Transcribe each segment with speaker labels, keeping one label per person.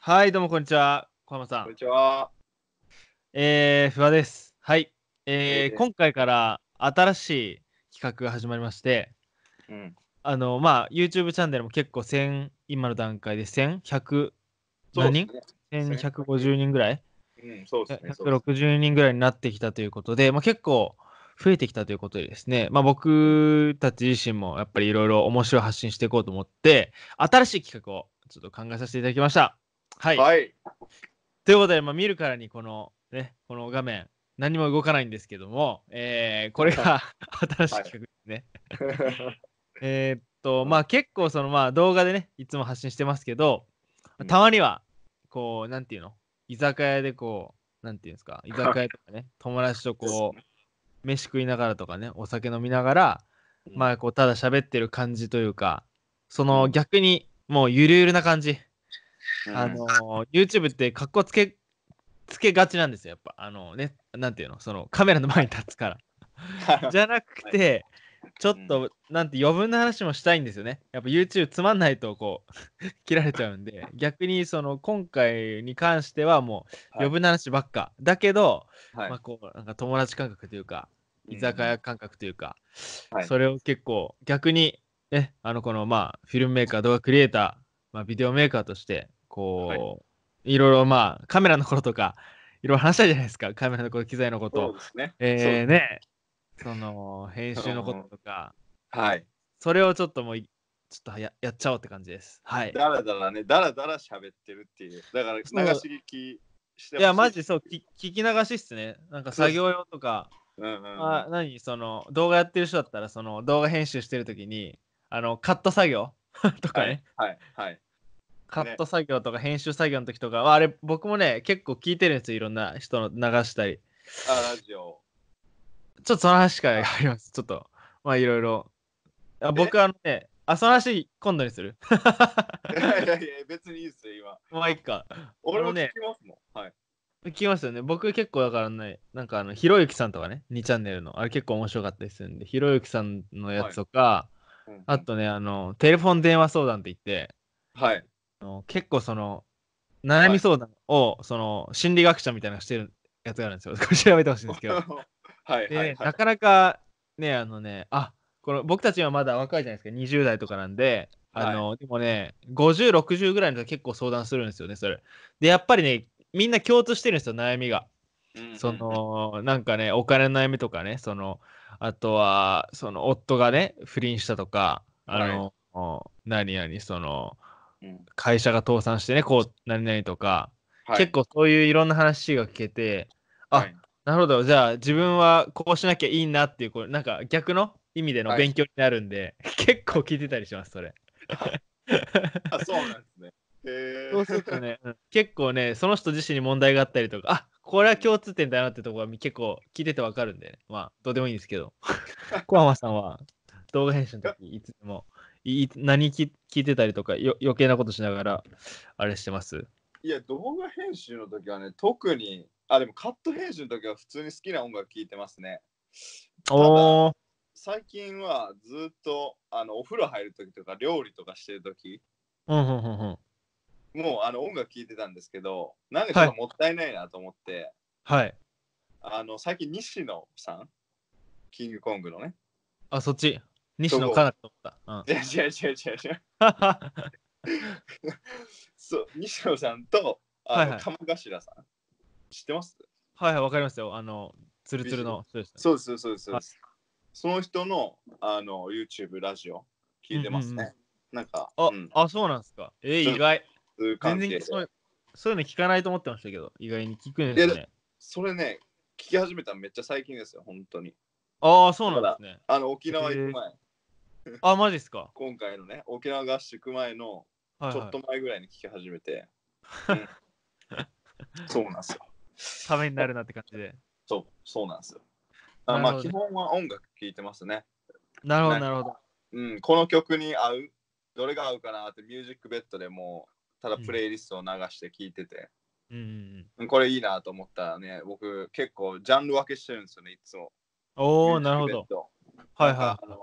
Speaker 1: はい、どうもこんにちは。小浜さ
Speaker 2: こん
Speaker 1: ん
Speaker 2: に。ちは。
Speaker 1: えー、不破です。はい。えー
Speaker 2: えー
Speaker 1: 今回から新しい企画が始まりまして、
Speaker 2: うん。
Speaker 1: あの、まあ、YouTube チャンネルも結構1000、今の段階で1100、
Speaker 2: そう
Speaker 1: 何人
Speaker 2: ですね
Speaker 1: ?1150 人ぐらい
Speaker 2: うん、そうですね。そうですね
Speaker 1: ?160 人ぐらいになってきたということで、まあ、結構増えてきたということでですね、まあ、僕たち自身もやっぱりいろいろ面白い発信していこうと思って、新しい企画をちょっと考えさせていただきました。はい。
Speaker 2: はい。
Speaker 1: ということで、まあ、見るからにこの、ね、この画面、何も動かないんですけども、えーこれが新しい企画ですね。 えーっと、まあ結構そのまあ動画でね、いつも発信してますけど
Speaker 2: う、ん
Speaker 1: たまには、こう、なんていうの居酒屋でこう、なんていうんですか、居酒屋と かね、友達とこう、飯食いながらとかね、お酒飲みながら、まあこう、ただ喋ってる感じというか、その逆に、もうゆるゆるな感じ。
Speaker 2: うん
Speaker 1: あのー YouTube ってかっこつけつけがちなんですよやっぱあのねなんていうのそのカメラの前に立つからじゃなくてちょっと、なんて余分な話もしたいんですよねやっぱ YouTube つまんないとこう 切られちゃうんで逆にその今回に関してはもう
Speaker 2: はい
Speaker 1: 余分な話ばっか、だけど、
Speaker 2: はい
Speaker 1: まあ、こうなんか友達感覚というか居酒屋感覚というか、
Speaker 2: はい
Speaker 1: それを結構逆にねあのこのまあフィルムメーカー動画クリエイター、まあ、ビデオメーカーとしてこう、、
Speaker 2: はい
Speaker 1: ろいろまあカメラの頃とかいろいろ話したじゃないですかカメラのこと機材のこ
Speaker 2: そう
Speaker 1: と
Speaker 2: ですね。
Speaker 1: えー、ねその編集のこととか
Speaker 2: はい。
Speaker 1: それをちょっともういちょっとややっちゃおうって感じですはい
Speaker 2: だらだらね、だらだら喋ってるっていう。だから、流し
Speaker 1: そう
Speaker 2: 聞きしてほし
Speaker 1: いやマジ。そうき聞き流しっすねなんか作業用とか
Speaker 2: うんうんうん。
Speaker 1: あ何その動画やってる人だったらその動画編集してる時にあのカット作業 とかね、
Speaker 2: はい。はい。はい。
Speaker 1: カット作業とか編集作業の時とか、はあれ僕もね結構聞いてるんですよいろんな人の流したり
Speaker 2: あ、ラジオ。
Speaker 1: ちょっとその話からありますちょっとまあいろいろあ僕あのねあその話今度にする
Speaker 2: いやいやいや、別にいいですよ、今。
Speaker 1: まあいいか
Speaker 2: 俺も
Speaker 1: あの
Speaker 2: 聞
Speaker 1: ね
Speaker 2: きますもん。はい。
Speaker 1: 聞きますよね僕結構だからねなんかあのひろゆきさんとかね2チャンネルのあれ結構面白かったりするんでひろゆきさんのやつとか、
Speaker 2: うんうん
Speaker 1: あ。とねあのテレフォン電話相談って言って
Speaker 2: はい。
Speaker 1: あの結構その悩み相談を、その心理学者みたいなのしてるやつがあるんですよ。 これ調べてほしいんですけど。
Speaker 2: はい。
Speaker 1: で、
Speaker 2: はい。は。
Speaker 1: ないかなかねあのねあこの僕たちはまだ若いじゃないですか20代とかなんであの、でもね5060ぐらいの人結構相談するんですよねそれ。でやっぱりねみんな共通してるんですよ悩みが。
Speaker 2: うんうん
Speaker 1: そ、のなんかねお金の悩みとかねそのあとはその夫がね不倫したとかあの、何々その
Speaker 2: うん
Speaker 1: 会社が倒産してねこう何々とか、
Speaker 2: はい
Speaker 1: 結構そういういろんな話が聞けてあ
Speaker 2: はい
Speaker 1: なるほどじゃあ自分はこうしなきゃいいなっていうこうなんか逆の意味での
Speaker 2: はい
Speaker 1: 勉強になるんで、 結構聞いてたりしますそれ。
Speaker 2: あ、そうなんですね。え
Speaker 1: そうするとね、うん結構ねその人自身に問題があったりとかあこれは共通点だなってところが結構聞いててわかるんで、ね、まあどうでもいいんですけど 小浜さんは動画編集の時いつもいい何聞聞いてたりとかよ余計なことしながらあれしてます
Speaker 2: いや、動画編集の時はね、特に、あ、でもカット編集の時は普通に好きな音楽聴いてますね。
Speaker 1: おー
Speaker 2: 最近はずっとあのお風呂入る時とか料理とかしてる時
Speaker 1: うんうんうんうん
Speaker 2: もうあの音楽聴いてたんですけど、なんかちょっともったいないなと思って、
Speaker 1: はい
Speaker 2: あの最近西野さん、キングコングのね。
Speaker 1: あそっち西野かなと思っ
Speaker 2: いや違う違う違う違う。
Speaker 1: た、うん、
Speaker 2: そう、西野さんとあ
Speaker 1: はい
Speaker 2: の、
Speaker 1: はい
Speaker 2: 鴨頭さん。知ってます
Speaker 1: はいはいわかりますよあのツルツルのそうですね
Speaker 2: そうです、そうです、そうです。その人のあの YouTube、ラジオ、聞いてますね。
Speaker 1: うんうんうん
Speaker 2: なんか、
Speaker 1: あ、
Speaker 2: うん、
Speaker 1: あそうなんですかえー意外
Speaker 2: そうい
Speaker 1: 全
Speaker 2: う関係
Speaker 1: 然
Speaker 2: で。
Speaker 1: そうそういうの聞かないと思ってましたけど意外に聞くん
Speaker 2: い
Speaker 1: で
Speaker 2: や
Speaker 1: す
Speaker 2: だ
Speaker 1: ね
Speaker 2: それね、聞き始めたのめっちゃ最近ですよ、本当に。
Speaker 1: ああ、そうなんですね。
Speaker 2: あの、沖縄行く前、
Speaker 1: あ、マジですか。
Speaker 2: 今回のね、沖縄合宿前の
Speaker 1: はい
Speaker 2: ちょ
Speaker 1: は
Speaker 2: っ
Speaker 1: い
Speaker 2: と、前ぐらいに聞き始めて。うん そうなんですよ。
Speaker 1: ためになるなって感じで。
Speaker 2: そう、そうなんですよ。あ
Speaker 1: な
Speaker 2: ま
Speaker 1: る
Speaker 2: あ、
Speaker 1: ほど
Speaker 2: 基本は音楽聴いてますね。
Speaker 1: なるほど、
Speaker 2: ね
Speaker 1: なるほど。
Speaker 2: うん、この曲に合う、どれが合うかなって、ミュージックベッドでもう、ただプレイリストを流して聴いてて、
Speaker 1: うんうんうん。
Speaker 2: うんこれいいなと思ったらね、僕結構ジャンル分けしてるんですよね、いつも。
Speaker 1: おお、なるほ
Speaker 2: ミュー
Speaker 1: ど
Speaker 2: ジック。ベッド
Speaker 1: はい
Speaker 2: なんか
Speaker 1: は
Speaker 2: あの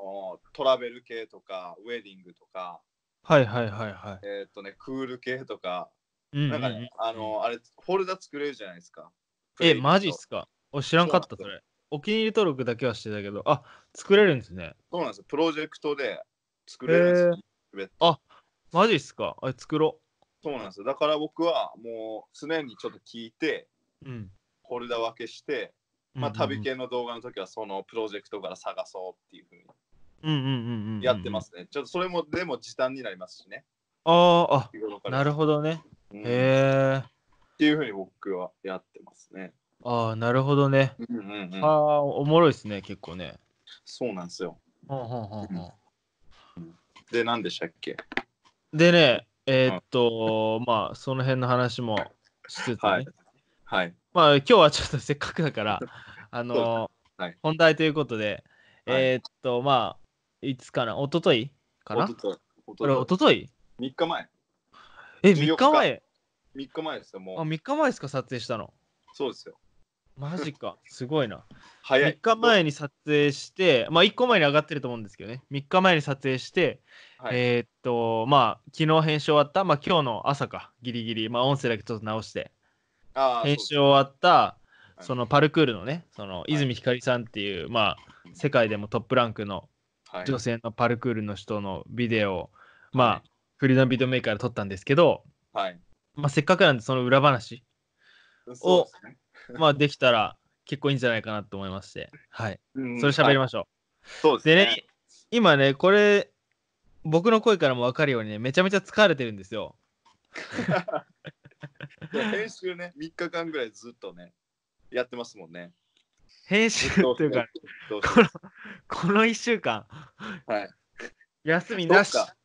Speaker 2: ートラベル系とか、ウェディングとか、
Speaker 1: い。はいはいはいはい。
Speaker 2: えーっとね、クール系とか、
Speaker 1: うんうんう
Speaker 2: なん
Speaker 1: ん
Speaker 2: かね、あの、あれ、フォルダ作れるじゃないですか。
Speaker 1: え、マジっ
Speaker 2: っ
Speaker 1: すかお知らんかった、
Speaker 2: そ
Speaker 1: そうれ。お気に入り登録だけはしてたけど、あ、作れるんですね。
Speaker 2: そうなんですよ。プロジェクトで作れるんですよ
Speaker 1: へーマジっすかあれ、作ろ
Speaker 2: そうなんですよ。だから僕はもう常にちょっと聞いて、
Speaker 1: う。うん。
Speaker 2: フォルダ分けして、まあ、旅系の動画の時はそのプロジェクトから探そうっていうふう
Speaker 1: うんうんうんうんうん。
Speaker 2: にやってますね。ちょっとそれもでも時短になりますしね。
Speaker 1: あーあ、
Speaker 2: 日頃から
Speaker 1: なるほどね。
Speaker 2: うん
Speaker 1: へえ。
Speaker 2: っていうふうに僕はやってますね。
Speaker 1: ああ、なるほどね。
Speaker 2: うんうんうん
Speaker 1: ああ、おもろいっすね、結構ね。
Speaker 2: そうなんですよ。
Speaker 1: ほんほんほんほん
Speaker 2: で、何でしたっけ
Speaker 1: でね、えーっと、まあ、その辺の話もしつつ、ね
Speaker 2: はい。はい。
Speaker 1: まあ、今日はちょっとせっかくだ から、あのー
Speaker 2: はい
Speaker 1: 本題ということで、
Speaker 2: はい
Speaker 1: えーっと、まあ、いつかな、一昨日か
Speaker 2: お
Speaker 1: な
Speaker 2: ととい。お
Speaker 1: これ、
Speaker 2: と
Speaker 1: 一
Speaker 2: と
Speaker 1: 昨日
Speaker 2: い3日前。
Speaker 1: え、3
Speaker 2: 14
Speaker 1: 日前
Speaker 2: 3日前ですよ、
Speaker 1: あ、
Speaker 2: もう。
Speaker 1: 3日前ですか、撮影したの。
Speaker 2: そうですよ。
Speaker 1: マジか、すごいな。
Speaker 2: 早い。
Speaker 1: 3日前に撮影して、まあ、1個前に上がってると思うんですけどね、3日前に撮影して、
Speaker 2: はい
Speaker 1: えーっと、まあ、昨日編集終わった、まあ、今日の朝か、ギリギリ、まあ、音声だけちょっと直して、
Speaker 2: あー
Speaker 1: 編集終
Speaker 2: そう
Speaker 1: わった
Speaker 2: はい
Speaker 1: そのパルクールのねその
Speaker 2: い
Speaker 1: 泉ひかりさんっていう、まあ世界でもトップランクの
Speaker 2: はい
Speaker 1: 女性のパルクールの人のビデオを、まあ
Speaker 2: はい
Speaker 1: フリーダムビデオメーカーで撮ったんですけど、
Speaker 2: はい。
Speaker 1: まあ、せっかくなんでその裏話、
Speaker 2: そうですね。
Speaker 1: まあ、できたら結構いいんじゃないかなと思いまして、はい、
Speaker 2: うん
Speaker 1: それ喋り
Speaker 2: は
Speaker 1: ましょう、
Speaker 2: いそうです
Speaker 1: でね
Speaker 2: ね。
Speaker 1: 今ねこれ僕の声からも分かるようにねめちゃめちゃ疲れてるんですよ
Speaker 2: で編集ね、3日間ぐらいずっとね、やってますもん ね。
Speaker 1: 編集っていうか
Speaker 2: どうしても
Speaker 1: この1週間
Speaker 2: はい。
Speaker 1: 休みなし
Speaker 2: そっか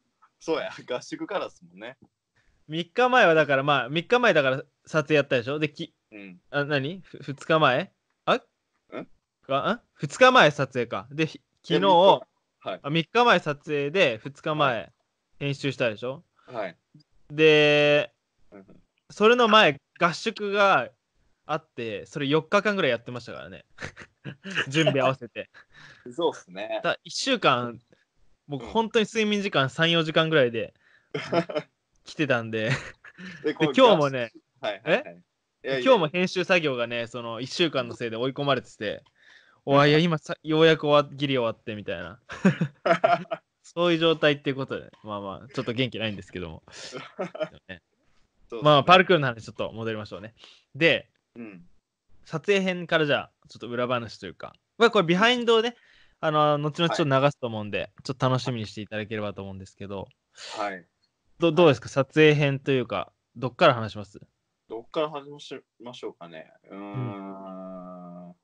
Speaker 2: そうや、合宿からですもんね。
Speaker 1: 3日前はだからまあ3日前だから撮影やったでしょでき
Speaker 2: うん。
Speaker 1: あ何ふ ?2 日前あん
Speaker 2: ん
Speaker 1: あん ?2 日前撮影か。で、ひ昨日、
Speaker 2: は
Speaker 1: あ3日前撮影で2日前編集したでしょ
Speaker 2: はい。
Speaker 1: で、
Speaker 2: うん
Speaker 1: それの前、合宿があって、それ4日間ぐらいやってましたからね。 準備合わせて。
Speaker 2: そうですね。
Speaker 1: だ1週間、僕
Speaker 2: うん
Speaker 1: 本当に睡眠時間3、4時間ぐらいで来てたんで、
Speaker 2: で、
Speaker 1: で今日もね、
Speaker 2: はいはいはい、いやいや
Speaker 1: 今日も編集作業がね、その1週間のせいで追い込まれてて、おいいや、今さ、ようやく終わギリ終わってみたい な、そういう状態っていうことで、まあまあ、ちょっと元気ないんですけ ども。ね
Speaker 2: そうっすね
Speaker 1: まあ、パルクールの話、ちょっと戻りましょうね。で、
Speaker 2: うん。
Speaker 1: 撮影編からじゃあ、ちょっと裏話というか、まあ、これ、ビハインドをね、あの、後々ちょっと流すと思うんで、ちょっと楽しみにしていただければと思うんですけど、
Speaker 2: はい。
Speaker 1: どどうですか、撮影編というか、どっから話します
Speaker 2: どっから始めましょうかね。うーん。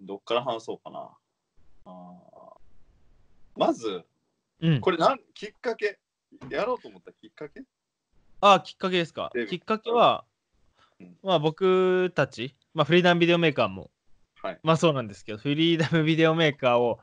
Speaker 2: どっから話そうかな。あーまず、
Speaker 1: うん。
Speaker 2: これなん、きっかけ、やろうと思ったきっかけ
Speaker 1: ああ、きっかけですか
Speaker 2: デ。ビ
Speaker 1: きっかけは
Speaker 2: うん、
Speaker 1: まあ僕たち、まあフリーダムビデオメーカーも、
Speaker 2: はい。
Speaker 1: まあそうなんですけど、フリーダムビデオメーカーを、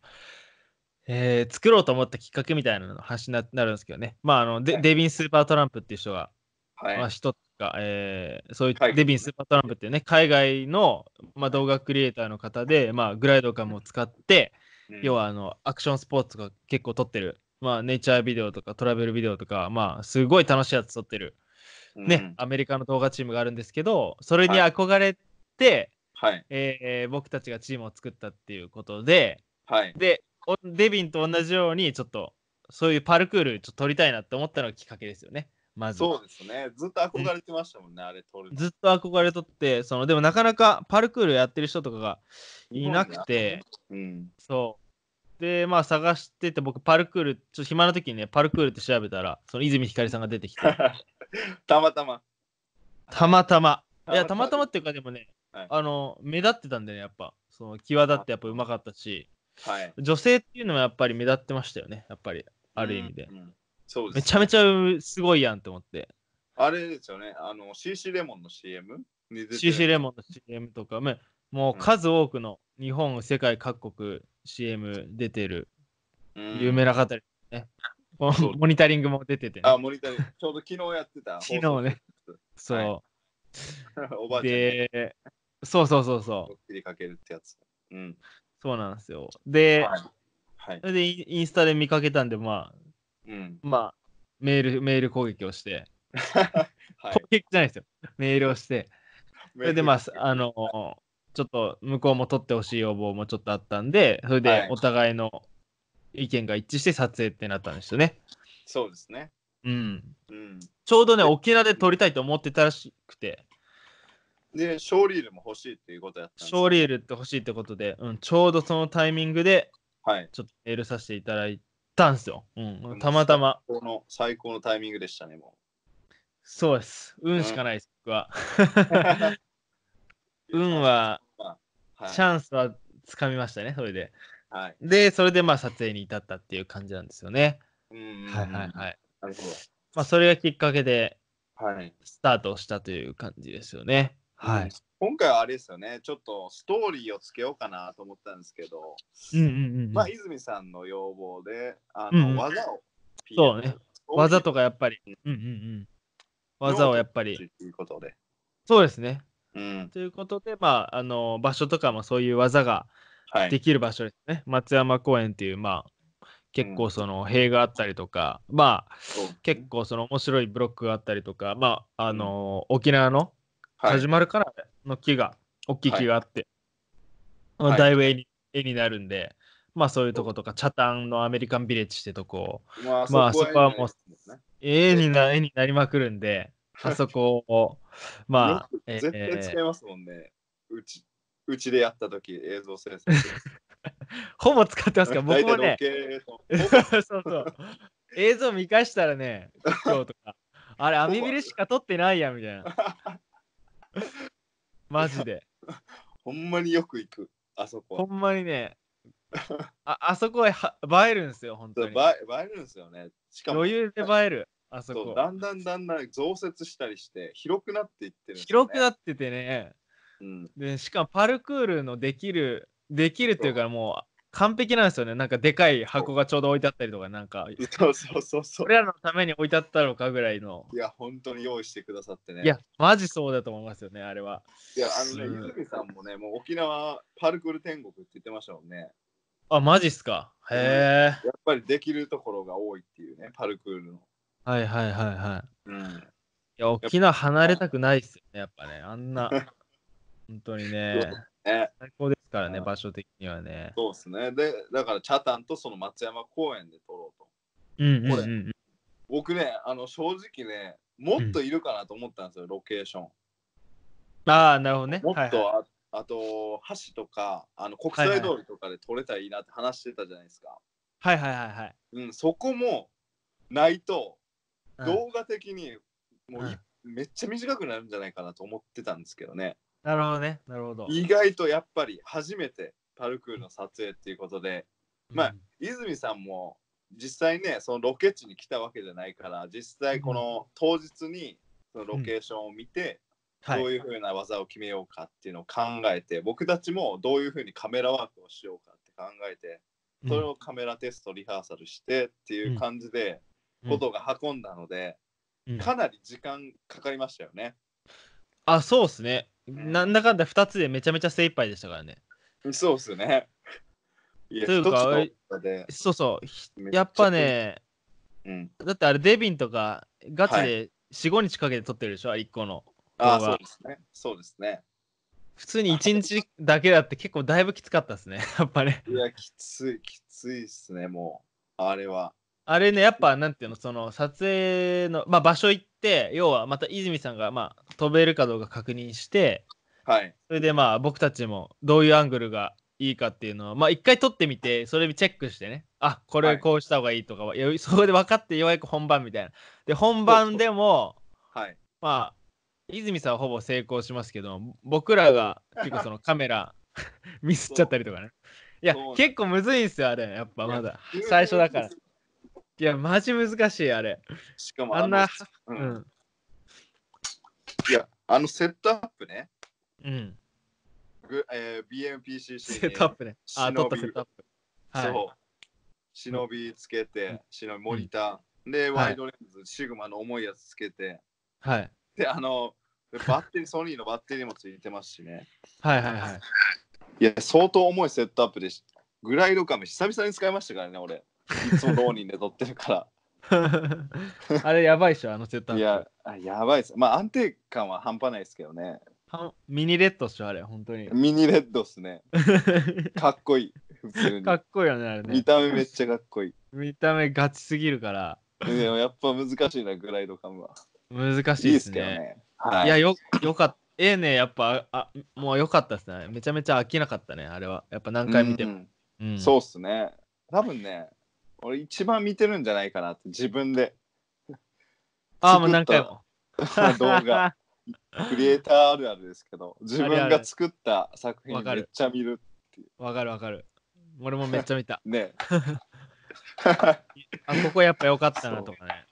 Speaker 1: えー作ろうと思ったきっかけみたいなのの話にななるんですけどね。まああの、
Speaker 2: は
Speaker 1: デ
Speaker 2: い
Speaker 1: デビン・スーパートランプっていう人が、
Speaker 2: はい。
Speaker 1: まあ人が、えーそういう
Speaker 2: 海外
Speaker 1: デビン・スーパートランプっていうね、海外の、まあ、動画クリエイターの方で、まあグライド感も使って、
Speaker 2: うん
Speaker 1: 要はあのアクションスポーツが結構撮ってる、まあ、ネイチャービデオとかトラベルビデオとか、まあ、すごい楽しいやつ撮ってる、ね
Speaker 2: うん
Speaker 1: アメリカの動画チームがあるんですけどそれに憧れて、
Speaker 2: はい。
Speaker 1: えー僕たちがチームを作ったっていうことで
Speaker 2: はい。
Speaker 1: でおデビンと同じようにちょっとそういうパルクールちょっと撮りたいなって思ったのがきっかけですよねまず
Speaker 2: そうですね。ずっと憧れてましたもんね、あれ撮るの。
Speaker 1: ずっと憧れとってそのでもなかなかパルクールやってる人とかがいなくて。
Speaker 2: うん。
Speaker 1: そう。で、まあ探してて、僕、パルクール、ちょっと暇な時にね、パルクールって調べたら、その泉ひかりさんが出てきて、
Speaker 2: たまたま。
Speaker 1: たまたま。
Speaker 2: たまたま
Speaker 1: いや、たまたまっていうか、でもね、
Speaker 2: はい
Speaker 1: あの、目立ってたんでね、やっぱ、その、際立ってやっぱうまかったし、
Speaker 2: はい。
Speaker 1: 女性っていうのはやっぱり目立ってましたよね、やっぱり、ある意味で。
Speaker 2: うん。うんそうです、
Speaker 1: めちゃめ
Speaker 2: ち
Speaker 1: ちゃすごいやんって思って、
Speaker 2: ゃ。あれですよね。あの、CC レモンの CM? に出てる
Speaker 1: CC レモンの CM とか、めもう数多くの日本、世界各国 CM 出てる
Speaker 2: うん
Speaker 1: 有名な方ですね。こ
Speaker 2: そう
Speaker 1: の モニタリングも出ててね。
Speaker 2: あ、モニタリング。ちょうど昨日やってた。
Speaker 1: 昨日ね。そう。
Speaker 2: はい おばあちゃんに
Speaker 1: で、そうそうそうそ
Speaker 2: ドッキリかけるってやつ。うん。
Speaker 1: う、そうなんですよ。で、
Speaker 2: はい。はい。
Speaker 1: でインインスタで見かけたんで、まあ、
Speaker 2: うん。
Speaker 1: まあ、メール、メール攻撃をして、
Speaker 2: はい。
Speaker 1: じゃないですよ。メールをして。それでまあ、あの、ちょっと向こうも取ってほしい要望もちょっとあったんで、それ
Speaker 2: はい
Speaker 1: でお互いの意見が一致して撮影ってなったんですよね。
Speaker 2: そうですね。
Speaker 1: うん。
Speaker 2: うん。
Speaker 1: ちょうどね、沖縄で撮りたいと思ってたらしくて、
Speaker 2: で、ショーリールも欲しいっていうことやったんです
Speaker 1: ショーリールって欲しいってことで、うん、ちょうどそのタイミングで、
Speaker 2: はい。
Speaker 1: ちょっとメールさせていただいたんですよ。うん。たまたま。
Speaker 2: この最高のタイミングでしたね、も
Speaker 1: そうです。運しかないです、僕は。
Speaker 2: う。
Speaker 1: 運は、
Speaker 2: はい、
Speaker 1: チャンスはつかみましたね、それで。
Speaker 2: はい。
Speaker 1: で、それでまあ撮影に至ったっていう感じなんですよね。
Speaker 2: うんうんうん
Speaker 1: はいはいはい。
Speaker 2: なるほ
Speaker 1: まあ、それがきっかけで
Speaker 2: ど。はい。
Speaker 1: スタートしたという感じですよね。はい。
Speaker 2: 今回はあれですよね、ちょっとストーリーをつけようかなと思ったんですけど、
Speaker 1: うんうんうん。
Speaker 2: まあ、泉さんの要望で、あの、
Speaker 1: うんうん
Speaker 2: 技を、
Speaker 1: そうね。技と
Speaker 2: か
Speaker 1: かやっぱり、うんうんうん。技をやっぱり、
Speaker 2: ということで。
Speaker 1: そうですね。
Speaker 2: うん。
Speaker 1: ということで、まあ、あの、場所とかもそういう技が
Speaker 2: はい。
Speaker 1: できる場所ですね。松山公園っていう、まあ、結構その塀があったりとか、まあ、
Speaker 2: そう
Speaker 1: 結構その面白いブロックがあったりとか、まあ、あの、沖縄の
Speaker 2: はい
Speaker 1: 始まるからの木が、大きい木があって、
Speaker 2: い
Speaker 1: ま
Speaker 2: は
Speaker 1: あ、
Speaker 2: い
Speaker 1: だいぶ絵に絵になるんで、まあそういうとことか、チャタンのアメリカンビレッジってとこ、
Speaker 2: まあ、
Speaker 1: まあそこはもう
Speaker 2: ね
Speaker 1: 絵にな絵になりまくるんで、あそこを、まあ、え
Speaker 2: 絶対使い
Speaker 1: ー
Speaker 2: ますもんね。うち、うちでやったとき、映像 制作。
Speaker 1: ほぼ使ってますから、僕もね
Speaker 2: 大、体ロケ と
Speaker 1: そうそう、映像見返したらね、今日とか、あれ、アメビレしか撮ってないや、みたいな。マジで。
Speaker 2: ほんまによく行く、あそこ
Speaker 1: ほ
Speaker 2: は。
Speaker 1: んまにね、ああそこはは映えるんですよ、本
Speaker 2: そ
Speaker 1: 当
Speaker 2: う映
Speaker 1: に。
Speaker 2: え映えるんですよね。しかも
Speaker 1: 余裕で映える、あそ
Speaker 2: そう
Speaker 1: こ。
Speaker 2: だんだんだんだん増設したりして、広くなっていってるんですよね、
Speaker 1: 広くなっててね、
Speaker 2: うん、
Speaker 1: でしかもパルクールのできる、できるっていうかもう完璧なんですよね。なんかでかい箱がちょうど置いてあったりとか、なんか、
Speaker 2: そうそうそうそう
Speaker 1: 俺。らのために置いてあったのかぐらいの。
Speaker 2: いや、本当に用意してくださってね。
Speaker 1: いや、マジそうだと思いますよね、あれは。
Speaker 2: いやあのね、
Speaker 1: うん
Speaker 2: 泉さんもね、もう沖縄パルクール天国って言ってましたもんね。
Speaker 1: あ、マジっすか。へえ。
Speaker 2: やっぱりできるところが多いっていうね、パルクールの。
Speaker 1: はいはいはいはい。
Speaker 2: うん。
Speaker 1: いや、沖縄離れたくないっすよね、やっぱね。あん な、本当にね、
Speaker 2: ね、
Speaker 1: 最高ですからね、場所的にはね。
Speaker 2: そうですね。で、だから、チャタンとその松山公園で撮ろうと。
Speaker 1: うんうんうん
Speaker 2: 僕ね、あの、正直ね、もっといるかなと思ったんですよ、ロケーション。
Speaker 1: うん。ああ、なるほどね。
Speaker 2: もっとあ、
Speaker 1: はいはい
Speaker 2: あと、橋とか、あの国際通りとかで取れたらいいなって話してたじゃないですか。
Speaker 1: はいはいはいはい。
Speaker 2: うん、そこもないと、
Speaker 1: うん
Speaker 2: 動画的にもうい、
Speaker 1: うん
Speaker 2: めっちゃ短くなるんじゃないかなと思ってたんですけどね。
Speaker 1: なるほどね。なるほど。
Speaker 2: 意外とやっぱり初めてパルクールの撮影っていうことで、まあ泉さんも実際ね、そのロケ地に来たわけじゃないから、実際この当日にそのロケーションを見て、
Speaker 1: はい、
Speaker 2: どういうふうな技を決めようかっていうのを考えて、僕たちもどういうふうにカメラワークをしようかって考えて、
Speaker 1: うん
Speaker 2: それをカメラテスト、リハーサルしてっていう感じで、
Speaker 1: うん
Speaker 2: ことが運んだので、
Speaker 1: うん
Speaker 2: かなり時間かかりましたよね。
Speaker 1: あ、そうっすね。
Speaker 2: ん
Speaker 1: なんだかんだ2つでめちゃめちゃ精一杯でしたからね。
Speaker 2: そうですよね。いや、
Speaker 1: とい
Speaker 2: 一
Speaker 1: う
Speaker 2: つ
Speaker 1: か
Speaker 2: の動画で、
Speaker 1: そうそう。ひ
Speaker 2: めっちゃ
Speaker 1: やっぱね、
Speaker 2: うん、
Speaker 1: だってあれデビンとかガチ
Speaker 2: は
Speaker 1: で4、5日かけて撮ってるでしょ、1個の。
Speaker 2: ああ、
Speaker 1: 動
Speaker 2: そう
Speaker 1: 画
Speaker 2: ですね。そうですね。
Speaker 1: 普通に1日だけだって結構だいぶきつかったですね。 やっぱね。
Speaker 2: いや、きつい、きついっすね、もう、あれは。
Speaker 1: あれね、やっぱなんていうの、その撮影の、まあ、場所行って、要はまた泉さんが、まあ、飛べるかどうか確認して、
Speaker 2: はい。
Speaker 1: それでまあ僕たちもどういうアングルがいいかっていうのは、まあ一回撮ってみて、それチェックしてね、あこ
Speaker 2: は
Speaker 1: れ
Speaker 2: い
Speaker 1: こうした方がいいとかは、いやそこで分かってようやく本番みたいな。で、本番でも、
Speaker 2: はい。
Speaker 1: まあ、泉さんはほぼ成功しますけど、僕らが結構そのカメラ ミスっちゃったりとかね。いや
Speaker 2: そう、
Speaker 1: 結構むずいんすよ、あれ、やっぱまだ
Speaker 2: いや。
Speaker 1: 最初だから。いや、マジ難しい、あれ。
Speaker 2: しかも
Speaker 1: あ
Speaker 2: あ
Speaker 1: ん
Speaker 2: の
Speaker 1: な、、
Speaker 2: う、
Speaker 1: うんん。
Speaker 2: いや、あのセットアップね。
Speaker 1: うん。
Speaker 2: ぐえー、BMPCC に
Speaker 1: セットアップね。あ、撮ったセットアップ。はい。
Speaker 2: そう忍びつけて、
Speaker 1: うん
Speaker 2: 忍びモニター、で、
Speaker 1: はい
Speaker 2: ワイドレンズ、シグマの重いやつつけて、
Speaker 1: はい。
Speaker 2: で、あの、でバッテリー、ソニーのバッテリーもついてますしね。
Speaker 1: はいはいはい。
Speaker 2: いや、相当重いセットアップでしグライドカム、久々に使いましたからね、俺。いつもローニンで撮ってるから。
Speaker 1: あれやばいっしょ、あのセットア
Speaker 2: い
Speaker 1: ップ。
Speaker 2: や、あやばいです。まあ安定感は半端ないですけどね。
Speaker 1: はんミニレッドっしょ、あれ、本当に。
Speaker 2: ミニレッドっす ね。かっこいい。普通に
Speaker 1: か。っこいいよね、あれね
Speaker 2: 見。た目めっちゃかっこいい。
Speaker 1: 見た目ガチすぎるから、
Speaker 2: でもやっぱ難しいな、グライドカムは。
Speaker 1: 難し
Speaker 2: い
Speaker 1: いで
Speaker 2: いですすけど
Speaker 1: ね。
Speaker 2: ね。はいい。
Speaker 1: や、よ、よかった。ええね、やっぱ、あ、もうよかったですね。めちゃめちゃ飽きなかったね、あれは。やっぱ何回見て
Speaker 2: う
Speaker 1: も。
Speaker 2: ん
Speaker 1: うん
Speaker 2: そうっすね。多分ね、俺一番見てるんじゃないかなって、自分で。
Speaker 1: ああ、もう何回も。
Speaker 2: 動画。クリエイターあるあるですけど、自分が作った作品
Speaker 1: わか
Speaker 2: め
Speaker 1: る
Speaker 2: っちゃ見る。
Speaker 1: わかるわかる。俺もめっちゃ見た。
Speaker 2: ね。
Speaker 1: あ、ここやっぱ良かったなとかね。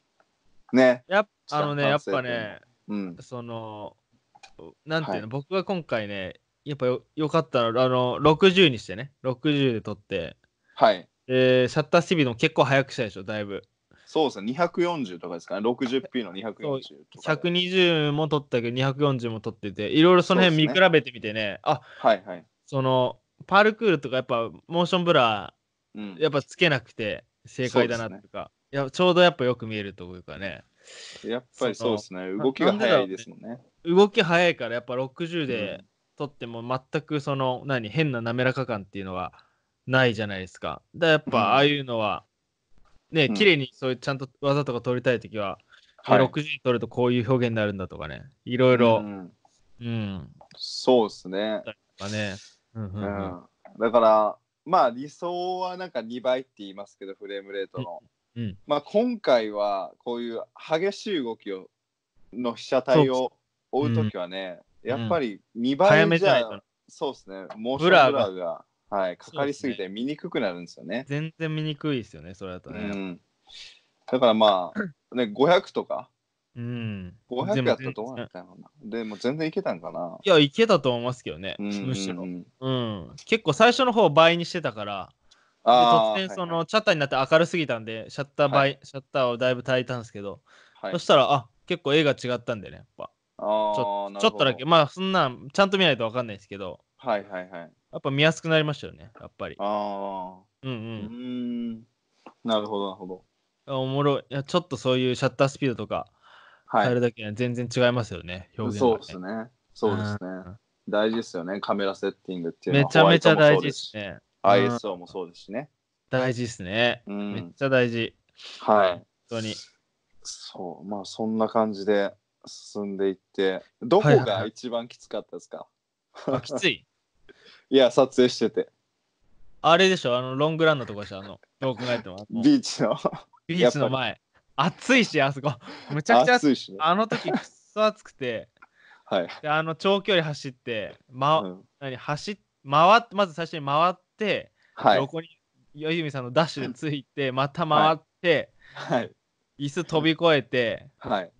Speaker 2: ね。
Speaker 1: やっあのね、やっぱ
Speaker 2: 反省
Speaker 1: ね、
Speaker 2: うん。
Speaker 1: その、なんていうの、
Speaker 2: はい
Speaker 1: 僕が今回ね、やっぱよよかったのあの、60にしてね、60で撮って、
Speaker 2: はい。
Speaker 1: えシャッタースピードも結構早くしたでしょ、だいぶ。
Speaker 2: そうですね。240とかですかね。60p の240とかで。
Speaker 1: 120も撮ったけど、240も撮ってて、いろいろその辺見
Speaker 2: そう
Speaker 1: 比
Speaker 2: です
Speaker 1: べてみてね、あ
Speaker 2: はいはい。
Speaker 1: その、パルクールとかやっぱモーションブラ
Speaker 2: うん
Speaker 1: ー、やっぱつけなくて正解だなというか、いやちょうどやっぱよく見えるというかね、
Speaker 2: やっぱりそうですね。
Speaker 1: の
Speaker 2: 動きが早いですもんね。
Speaker 1: 動き早いからやっぱ60で撮っても全くその、何変な滑らか感っていうのはないじゃないですか。だからやっ
Speaker 2: うん
Speaker 1: ぱああいうのは、ね
Speaker 2: うん
Speaker 1: 綺麗にそういうちゃんと技とか撮りたい時は、
Speaker 2: はい
Speaker 1: 60で撮るとこういう表現になるんだとかねいろいろ
Speaker 2: う、ん
Speaker 1: うん、
Speaker 2: そうですね。
Speaker 1: まあね。うんう
Speaker 2: うん
Speaker 1: うん
Speaker 2: ん。だから、まあ理想はなんか2倍って言いますけど、フレームレートの。
Speaker 1: うん
Speaker 2: まあ今回はこういう激しい動きをの被写体を追うときはね、
Speaker 1: ん
Speaker 2: やっぱり2
Speaker 1: 早め
Speaker 2: 倍
Speaker 1: じ
Speaker 2: じ
Speaker 1: ゃな
Speaker 2: ゃ
Speaker 1: いとな
Speaker 2: そうですね、モーション
Speaker 1: ブ
Speaker 2: ブ
Speaker 1: ラ
Speaker 2: ラ
Speaker 1: が
Speaker 2: ーが、はい、かかりすぎて見にくくなるんですよね。
Speaker 1: 全然見にくいですよね、それだと
Speaker 2: う
Speaker 1: ね。
Speaker 2: ん、だからまあ、ね、500とか、
Speaker 1: うん。
Speaker 2: 500やったらど
Speaker 1: で
Speaker 2: うな
Speaker 1: も
Speaker 2: ったのかな。でも全然いけたんかな。
Speaker 1: いや、いけたと思いますけどね、
Speaker 2: うんうん
Speaker 1: むしろ
Speaker 2: う。ん
Speaker 1: うん。結構最初の方倍にしてたから、で
Speaker 2: あ
Speaker 1: 突
Speaker 2: ー
Speaker 1: 然その、シャッターになって明るすぎたんで、シャッター
Speaker 2: は
Speaker 1: 倍、シャッターをだいぶ焚いたんですけど、
Speaker 2: はいはい
Speaker 1: そしたら、あ結構絵が違ったんでね、やっぱ。
Speaker 2: あ
Speaker 1: ちょ
Speaker 2: ー
Speaker 1: ちょっとだけ、
Speaker 2: なる
Speaker 1: まあ、そんなん、ちゃんと見ないとわかんないですけど、
Speaker 2: ほどはいはいはい。
Speaker 1: やっぱ見やすくなりましたよね、やっぱり。
Speaker 2: あ
Speaker 1: うんう。
Speaker 2: あ、うんん、なるほどなるほど。
Speaker 1: おもろい。いや、ちょっとそういうシャッタースピードとか
Speaker 2: は
Speaker 1: 変え
Speaker 2: い
Speaker 1: る。だけで全然違いますよね、表現が
Speaker 2: そうですね。そうですね。
Speaker 1: ん
Speaker 2: 大事ですよね。カメラセッティングっていうの
Speaker 1: め
Speaker 2: は。
Speaker 1: ちゃめちゃ
Speaker 2: ホワイ
Speaker 1: 大
Speaker 2: トもそう
Speaker 1: 事ですす
Speaker 2: し。
Speaker 1: ね。うん
Speaker 2: ISO もそうですしね。
Speaker 1: 大事ですね。
Speaker 2: う
Speaker 1: めっ
Speaker 2: ん。
Speaker 1: ちゃ大事。
Speaker 2: はい。
Speaker 1: 本当に。
Speaker 2: そう。まあそんな感じで進んでいって、どこ
Speaker 1: はいはいは
Speaker 2: が
Speaker 1: い
Speaker 2: 一番きつかったですか
Speaker 1: あきつい。
Speaker 2: いや、撮影してて。
Speaker 1: あれでしょあの、ロングランのとこでしょあの、どう考えて も。あの
Speaker 2: ビーチの。
Speaker 1: ビーチの前。暑いし、あそこ。むちゃくちゃ暑い。
Speaker 2: 暑いしね。
Speaker 1: あの時、くっそ暑くて、
Speaker 2: はい。
Speaker 1: であの、長距離走って、ま、
Speaker 2: うん
Speaker 1: 何、走っ、回って、まず最初に回って、
Speaker 2: はい。
Speaker 1: 横に、よゆみさんのダッシュでついて、また回って、
Speaker 2: はい。
Speaker 1: 椅子飛び越えて、
Speaker 2: はい。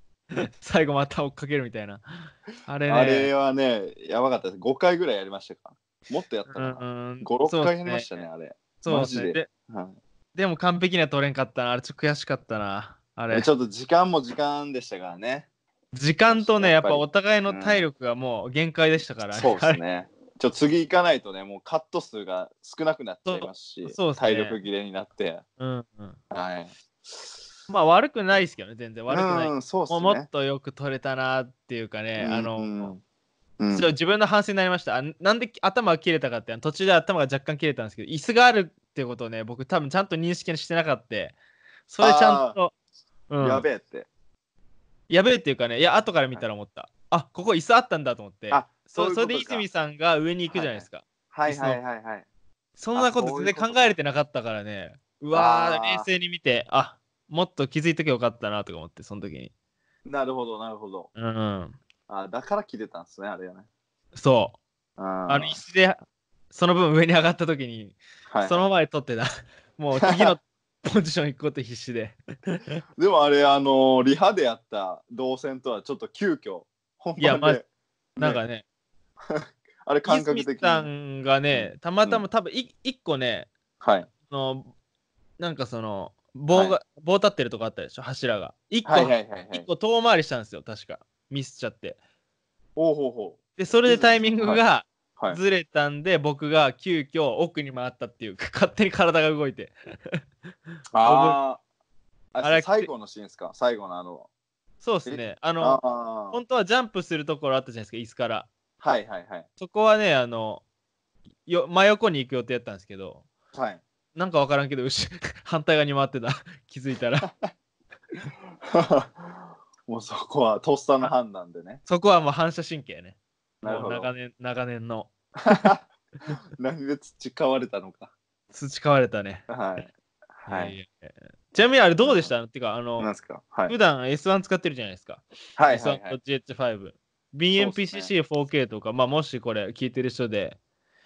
Speaker 1: 最後また追っかけるみたいな。あれね。
Speaker 2: あれはね、やばかったです。5回ぐらいやりましたかもっとやったか
Speaker 1: うん
Speaker 2: な。
Speaker 1: うん、
Speaker 2: 5、6回やりまし
Speaker 1: そうっす
Speaker 2: たね、
Speaker 1: ね。
Speaker 2: あれ。
Speaker 1: そうっ
Speaker 2: マ
Speaker 1: す
Speaker 2: ジ
Speaker 1: ね
Speaker 2: で
Speaker 1: で
Speaker 2: はい
Speaker 1: でも完璧には取れんかったな。あれちょっと悔しかったな。あれ
Speaker 2: ち。ょっと時間も時間でしたからね。
Speaker 1: 時間とね、や
Speaker 2: や
Speaker 1: っ
Speaker 2: っぱ
Speaker 1: ぱ
Speaker 2: り
Speaker 1: お互いの体力がもう限界でしたから、
Speaker 2: そうです
Speaker 1: ね。
Speaker 2: ね。ちょ次行かないとね、もうカット数が少なくなっちゃいますし、
Speaker 1: そうそうっすね
Speaker 2: 体力切れになって。
Speaker 1: うんうん、
Speaker 2: はい。
Speaker 1: まあ悪くないですけどね、全然悪くない。
Speaker 2: うん、そうです
Speaker 1: もう
Speaker 2: ね。
Speaker 1: もっとよく取れたなっていうかね、あの、
Speaker 2: うんう
Speaker 1: ちょ
Speaker 2: ん
Speaker 1: っと自分の反省になりました。あなんで頭が切れたかって、途中で頭が若干切れたんですけど、椅子があるっていうことをね、僕多分ちゃんと認識してなかった。それちゃんと、うん、
Speaker 2: やべえって。
Speaker 1: やべえっていうかね、いや、後から見たら思った。あここ椅子あったんだと思って。
Speaker 2: あ、
Speaker 1: そ
Speaker 2: そういう
Speaker 1: そ
Speaker 2: こ
Speaker 1: れ
Speaker 2: と
Speaker 1: で
Speaker 2: ですか
Speaker 1: 泉さんが上に行くじゃないですか。
Speaker 2: はいはいはいはい。
Speaker 1: そんなこと
Speaker 2: あそうい
Speaker 1: 全然
Speaker 2: うこと
Speaker 1: 考えれてなかったからね。うわー、
Speaker 2: あー
Speaker 1: 冷静に見て、あもっと気づいときゃよかったなとか思って、その時に。
Speaker 2: なるほどなるほど。
Speaker 1: うん。
Speaker 2: あ、だから切れたんですね、あれはね。
Speaker 1: そう。
Speaker 2: あ
Speaker 1: あの椅子で、その分上に上がった時に、
Speaker 2: はい
Speaker 1: その前取ってた。 もう次のポジション行くこと必死 で。
Speaker 2: でもあれ、あのリハでやった動線とはちょっと急遽、本
Speaker 1: いや
Speaker 2: 番で、
Speaker 1: まじなんかね、
Speaker 2: あれ感覚
Speaker 1: 泉
Speaker 2: 的
Speaker 1: さ
Speaker 2: に。
Speaker 1: んがね、たまたま多分い一個ね、
Speaker 2: はい。
Speaker 1: あのなんかその、棒が、
Speaker 2: は
Speaker 1: 棒立ってるとこあったでしょ、柱が。一個、
Speaker 2: はいはいはいは
Speaker 1: 一
Speaker 2: い。
Speaker 1: 個遠回りしたんですよ、確か。ミスっちゃって。
Speaker 2: おうほうほ
Speaker 1: で、それでタイミング
Speaker 2: はい
Speaker 1: が、
Speaker 2: う。はい。
Speaker 1: ずれたんで僕が急 遽奥に回ったっていうか勝手に体が動いて
Speaker 2: ああ。あ
Speaker 1: あれ
Speaker 2: 最後のシーンですか最後のあの。
Speaker 1: そうですね。あの、
Speaker 2: あー
Speaker 1: 本当はジャンプするところあったじゃないですか、椅子から。
Speaker 2: はいはいはい。
Speaker 1: そこはね、あの、よ真横に行く予定やったんですけど、
Speaker 2: はい。
Speaker 1: なんかわからんけど、後ろ 反対側に回ってた。 気づいた ら。
Speaker 2: もうそこはとっさの判断でね。
Speaker 1: そこはもう反射神経ね。
Speaker 2: なる
Speaker 1: も
Speaker 2: ほ
Speaker 1: う
Speaker 2: ど。
Speaker 1: 長年、長年の
Speaker 2: 何で培われたのか。
Speaker 1: 培われたね。
Speaker 2: はい。は
Speaker 1: え
Speaker 2: い。
Speaker 1: ー。ちなみにあれどうでしたっていうか、あの、
Speaker 2: なんですかはい。
Speaker 1: 普段 S1 使ってるじゃないですか。
Speaker 2: はいはい
Speaker 1: S1
Speaker 2: は
Speaker 1: と
Speaker 2: い。
Speaker 1: GH5。
Speaker 2: そうっす
Speaker 1: BMPCC4K とか、まあもしこれ聞いてる人で、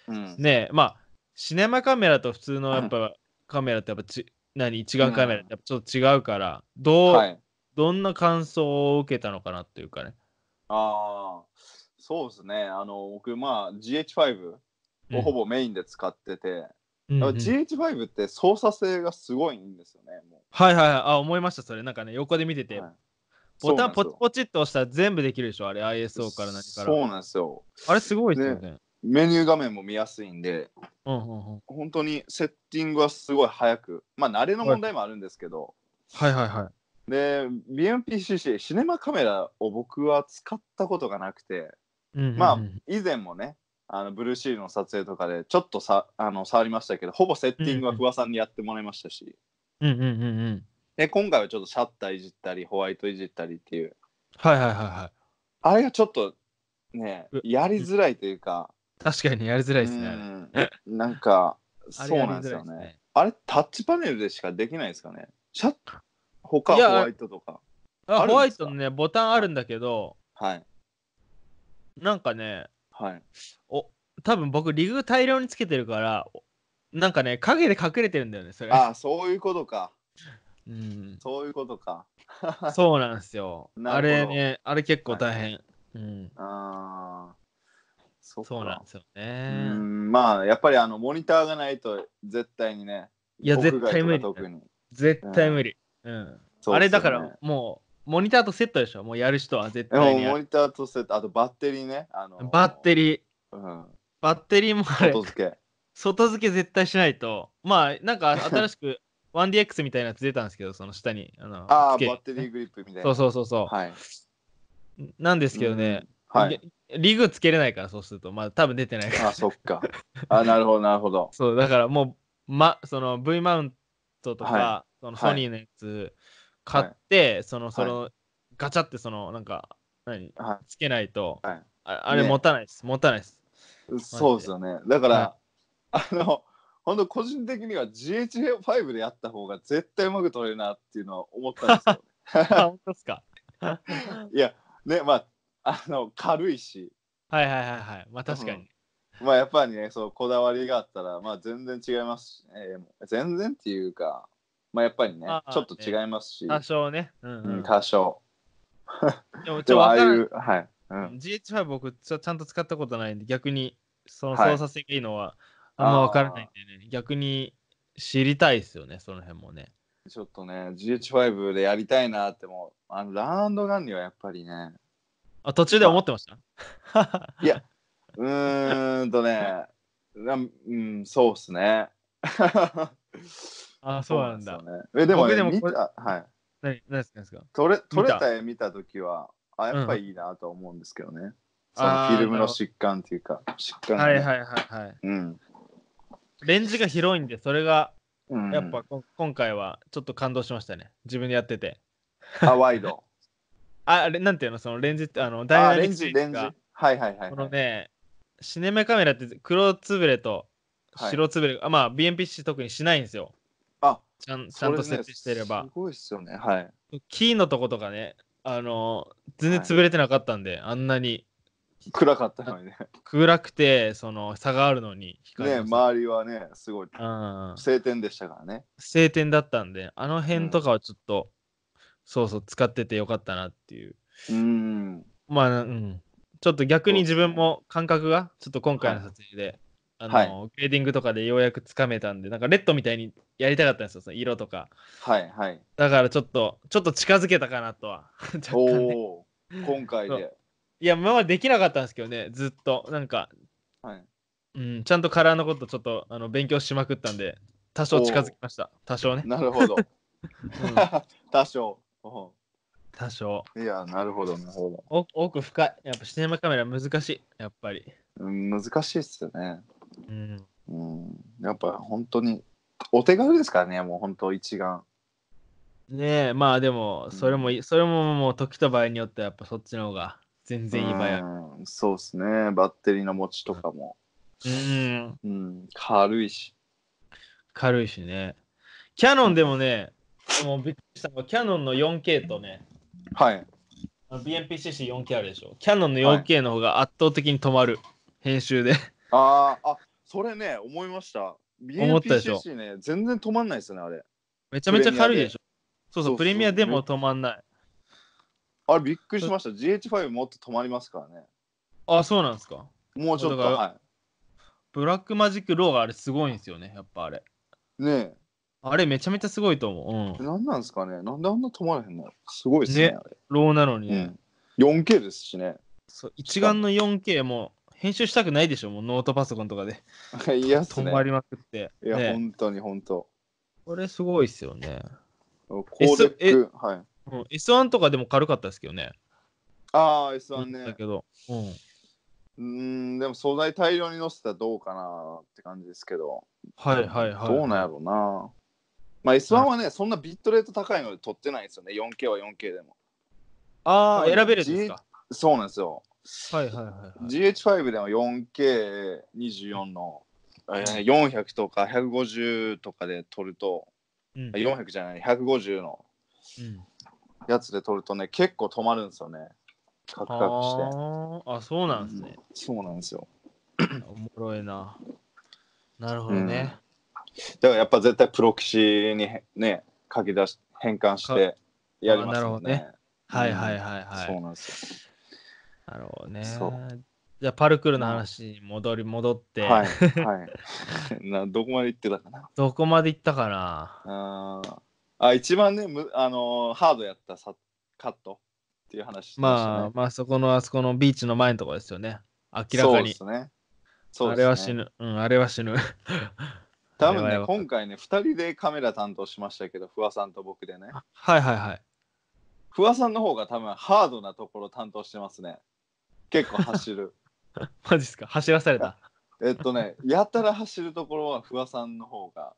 Speaker 2: うん
Speaker 1: ねえ、まあ、シネマカメラと普通のやっぱカメラってやっぱち、何、一眼カメラってやっぱちょっと違うから、どう、
Speaker 2: はい。
Speaker 1: どんな感想を受けたのかなっていうかね。
Speaker 2: ああ、そうですね。あの、僕、まあ、GH5 をほぼメインで使ってて、
Speaker 1: うん、
Speaker 2: やっ
Speaker 1: うん
Speaker 2: ぱ
Speaker 1: うん
Speaker 2: GH5 って操作性がすごいんですよね。も
Speaker 1: はいはいはい、あ、思いました、それ。なんかね、横で見て
Speaker 2: う
Speaker 1: て、
Speaker 2: はい
Speaker 1: ボタンポ
Speaker 2: そ
Speaker 1: チ
Speaker 2: うなんですよ
Speaker 1: ポチっと押したら全部できるでしょ、あれ、ISO から何か
Speaker 2: そう
Speaker 1: ら。
Speaker 2: なんですよ。
Speaker 1: あれ、すごいですよね。
Speaker 2: メニュー画面も見やすいんで、
Speaker 1: うんうんうん。
Speaker 2: 本当にセッティングはすごい早く、まあ、慣れの問題もあるんですけど、
Speaker 1: はいはいはい。
Speaker 2: で、BMPCC、シネマカメラを僕は使ったことがなくて、
Speaker 1: うんうんうん
Speaker 2: まあ、以前もね、あのブルーシールの撮影とかでちょっとさあの触りましたけど、ほぼセッティングは不破さんにやってもらいましたし、
Speaker 1: うんうんうんうん。
Speaker 2: で今回はちょっとシャッターいじったり、ホワイトいじったりっていう、
Speaker 1: はいはいはいは
Speaker 2: あれがちょっとね
Speaker 1: う、
Speaker 2: やりづらいというか、
Speaker 1: い。確かにやりづらいですね、あれ。
Speaker 2: うんなんか、
Speaker 1: あ
Speaker 2: そう
Speaker 1: れやり
Speaker 2: なんで
Speaker 1: づ
Speaker 2: す
Speaker 1: らい
Speaker 2: よ
Speaker 1: っ
Speaker 2: ね。。あれ、タッチパネルでしかできないですかね。シャッ他
Speaker 1: い
Speaker 2: ホ
Speaker 1: や
Speaker 2: ワイトとか。
Speaker 1: あ
Speaker 2: あるんですか
Speaker 1: ホワイトのね、ボタンあるんだけど、
Speaker 2: はい。
Speaker 1: なんかね、
Speaker 2: はい。
Speaker 1: お多分僕、リグ大量につけてるから、おなんかね、影で隠れてるんだよね、それ。
Speaker 2: ああ、そういうことか。
Speaker 1: うん、
Speaker 2: そういうことか。
Speaker 1: そうなんですよ。
Speaker 2: なるほど
Speaker 1: あれね、あれ結構大変。うん、
Speaker 2: ああ。そっか
Speaker 1: そうなんですよ
Speaker 2: う
Speaker 1: ね。
Speaker 2: んまあ、やっぱりあの、モニターがないと絶対にね。
Speaker 1: いや、
Speaker 2: 屋外
Speaker 1: 絶対無理
Speaker 2: と。か特に
Speaker 1: 絶対無理。うん
Speaker 2: そうっすよね
Speaker 1: あれだから、もう、モニターとセットでしょ、もうやる人は絶
Speaker 2: で
Speaker 1: 対
Speaker 2: も
Speaker 1: にや
Speaker 2: モ
Speaker 1: る。
Speaker 2: ニターとセット、あとバッテリーね。あの
Speaker 1: バッテリー、
Speaker 2: リー。うん。
Speaker 1: バッテリーもあれ
Speaker 2: 外、付け。
Speaker 1: 外付け絶対しないと、まあ、なん か新しく 1DX みたいなやつ出たんですけど、その下に。あの
Speaker 2: ああ、バ
Speaker 1: 付け
Speaker 2: ッテリーグリップみたいな。
Speaker 1: そうそうそうそう。
Speaker 2: はい。
Speaker 1: なんですけどね、
Speaker 2: うん。はい。
Speaker 1: リグつけれないから、そうすると、まあ、多分出てないから。
Speaker 2: あ、そっか。あ、なるほど、なるほど。
Speaker 1: そう、だからもう、ま、その V マウントとか、
Speaker 2: は
Speaker 1: その
Speaker 2: はい
Speaker 1: ソニーのやつ買って、その、その、ガチャって、その、なんか、何、
Speaker 2: は
Speaker 1: つけないと、
Speaker 2: はい
Speaker 1: ああれ
Speaker 2: ね
Speaker 1: 持たないです、持たない です。
Speaker 2: い。そうですよね。だから、あの、本当個人的には GH5 でやった方が絶対うまく撮れるなっていうのは思ったんですよ。
Speaker 1: あ、本当です か。
Speaker 2: いや、ね、まあ、あの、軽いし、
Speaker 1: はいはいはいはい。まあ、確かに。
Speaker 2: まあ、やっぱりね、そう、こだわりがあったら、まあ、全然違いますし、え全然っていうか、まあ、やっぱりね
Speaker 1: あ、あ
Speaker 2: ちょっと違いますし、
Speaker 1: 多少ね。うん、
Speaker 2: う
Speaker 1: うんん。
Speaker 2: 多少。
Speaker 1: でも、ち
Speaker 2: で
Speaker 1: ょ
Speaker 2: も、あ
Speaker 1: わ
Speaker 2: あ
Speaker 1: か
Speaker 2: い
Speaker 1: らん
Speaker 2: う、はい。うん、
Speaker 1: GH5 僕ちょちゃんと使ったことないんで逆にその
Speaker 2: はい
Speaker 1: 操作性がいいのはあんま分からないんでね、逆に知りたいですよねその辺もね
Speaker 2: ちょっとね、GH5 でやりたいなって、もう、あの、ラウンドガンにはやっぱりね、
Speaker 1: あ途中で思ってました
Speaker 2: いや、うーんとね、 なうん、そうっすね。
Speaker 1: あそうなんだ
Speaker 2: そうですよねえでも,、
Speaker 1: 僕
Speaker 2: ね、
Speaker 1: でも
Speaker 2: 見
Speaker 1: これ
Speaker 2: た、はい。
Speaker 1: 何何ですか何ですか
Speaker 2: 撮れ、撮れた絵見たときは、あ、やっぱりいいなと思うんですけどね。その
Speaker 1: あー
Speaker 2: フィルムの疾患っていうか、疾患、ね。
Speaker 1: はいはいはいはい
Speaker 2: うん。
Speaker 1: レンジが広いんでそれが
Speaker 2: うん。
Speaker 1: やっぱ、こ今回はちょっと感動しましたね自分でやってて
Speaker 2: あ、ワイド。
Speaker 1: ああれなんていうのそのレンジってあの
Speaker 2: あ、
Speaker 1: ダイナ
Speaker 2: レ
Speaker 1: ミ
Speaker 2: ン
Speaker 1: ック
Speaker 2: ジ、
Speaker 1: に
Speaker 2: レンジ。はいはいはい、はい。
Speaker 1: このねシネマカメラって黒つぶれと
Speaker 2: はい
Speaker 1: 白つぶれ、あまあ BMPC 特にしないんですよ
Speaker 2: あ、
Speaker 1: ちゃんち
Speaker 2: そ
Speaker 1: ゃ
Speaker 2: れ
Speaker 1: んと
Speaker 2: ね
Speaker 1: 設置してれば
Speaker 2: すごいっすよね。はい。
Speaker 1: キーのとことかね、あの全然潰れてなかったんで、あんなに
Speaker 2: 暗かったのにね。
Speaker 1: 暗くて、その差があるのに光
Speaker 2: ね、
Speaker 1: の差
Speaker 2: 周りはね、すご
Speaker 1: う
Speaker 2: い
Speaker 1: ん、
Speaker 2: 晴天でしたからね。
Speaker 1: 晴天だったんで、あの辺とかはちょっと、そうそう、使っててよかったなっていう。
Speaker 2: うん。
Speaker 1: まあ、うん。ちょっと逆に自分も感覚が、ちょっと今回の撮影で、あの、
Speaker 2: は
Speaker 1: グレーディングとかでようやくつかめたんで、なんかレッドみたいにやりたかったんですよ、その色とか。
Speaker 2: はいはい。
Speaker 1: だからちょっと、ちょっと近づけたかなとは。 若干ね
Speaker 2: おおー、今回で。
Speaker 1: いや、今までできなかったんですけどね、ずっと。なんか、
Speaker 2: はい、
Speaker 1: うん、ちゃん とカラーのことちょっとあの勉強しまくったんで、多少近づきました。多少ね。
Speaker 2: なるほど。多少。うん
Speaker 1: 多少
Speaker 2: いや、なるほど、なるほ
Speaker 1: お奥深いやっぱシネマカメラ難しいやっぱり、
Speaker 2: ど。うん難しいっすよね。
Speaker 1: うん、
Speaker 2: うん、やっぱ本当に、お手軽ですからね、もう本当一眼。
Speaker 1: ねえまあでも
Speaker 2: うん
Speaker 1: それもい、それももう時と場合によってはやっぱそっちの方が全然いい場合ある
Speaker 2: うんそうですね、バッテリーの持ちとかも。
Speaker 1: うん
Speaker 2: うん、軽いし。
Speaker 1: 軽いしねキャノンでもねもうびっくりしたのがキャノンの 4K とね
Speaker 2: はい。
Speaker 1: あの BMPCC4K あるでしょキャノンの 4K の方が圧倒的に止まる、編集 で
Speaker 2: あーあ、それね、思いました。
Speaker 1: 思ったでしょ
Speaker 2: BNPCC ね、全然止まんないですね、あれ。
Speaker 1: めちゃめちゃ軽いでしょそうそう
Speaker 2: そうそう
Speaker 1: プレミアでも止まんない
Speaker 2: あれ、びっくりしました。GH5 もっと止まりますからね。
Speaker 1: あそうなんですか
Speaker 2: もうちょっと、
Speaker 1: だから
Speaker 2: は
Speaker 1: ブラックマジックローがあれすごいんですよねやっぱあれ
Speaker 2: い。ね
Speaker 1: あれめちゃめちゃすごいと思う、
Speaker 2: え、
Speaker 1: うん、
Speaker 2: なんなんですかね。なんであんな止まらへんのすごいですね、
Speaker 1: ね
Speaker 2: あれ。
Speaker 1: ローなのにね、
Speaker 2: うん、4K ですしね。
Speaker 1: そう一眼の 4K も編集したくないでしょもうノートパソコンとかで
Speaker 2: いやっす
Speaker 1: 止
Speaker 2: ね。
Speaker 1: まりまくって、
Speaker 2: いや、
Speaker 1: ね、
Speaker 2: 本当に本当。
Speaker 1: これすごいっすよね、
Speaker 2: コ
Speaker 1: えそ
Speaker 2: ーデ
Speaker 1: え
Speaker 2: ック、はい。
Speaker 1: うん、S1 とかでも軽かったですけどね
Speaker 2: ああ、S1
Speaker 1: だ
Speaker 2: ね。
Speaker 1: けど、うん、
Speaker 2: うーん、でも素材大量に載せたらどうかなって感じですけど。
Speaker 1: はいはいはい
Speaker 2: どうなんやろうな。まあ S1 はね、そんなビットレート高いので撮ってないんですよね。4K は 4K でも。
Speaker 1: ああ
Speaker 2: 多分
Speaker 1: 選べるんですか
Speaker 2: そうなんですよ。
Speaker 1: はいはいはい、はい
Speaker 2: GH5 でも 4K24 の、えー400とか150とかで撮ると、
Speaker 1: うん
Speaker 2: 400じゃない、150の
Speaker 1: うん
Speaker 2: やつで撮るとね、結構止まるんですよね。カクカクして。
Speaker 1: あーあそうなんですね、
Speaker 2: そうなんですよ。
Speaker 1: おもろいななるほどね、
Speaker 2: だからやっぱ絶対プロキシにね書き出し変換してやりますもん
Speaker 1: あ
Speaker 2: ね。うん
Speaker 1: はいはいはいはい、
Speaker 2: そうなんです
Speaker 1: なるほどね
Speaker 2: そう
Speaker 1: じゃあパルクールの話に戻り戻って、
Speaker 2: よ。は いはい。 などこまで行ってたかな。
Speaker 1: どこまで行ったかな
Speaker 2: あーあ一番ねむあのーハードやったさカットっていう話して
Speaker 1: まあ
Speaker 2: ま
Speaker 1: まあそこのあそこのビーチの前のとこですよね
Speaker 2: し
Speaker 1: 明らか
Speaker 2: たね。そうで
Speaker 1: に、
Speaker 2: すね。そう
Speaker 1: あ
Speaker 2: ですね
Speaker 1: れは死。ぬうんあれは死 ぬ
Speaker 2: 多分
Speaker 1: あれ
Speaker 2: ね
Speaker 1: は
Speaker 2: 今回ね2人でカメラ担当しましたけど不破さんと僕でね
Speaker 1: はいはいはい
Speaker 2: 不破さんの方が多分ハードなところ担当してますね結構走る
Speaker 1: マジっすか走らされた
Speaker 2: えっとね、 やたら走るところは不破さんの方が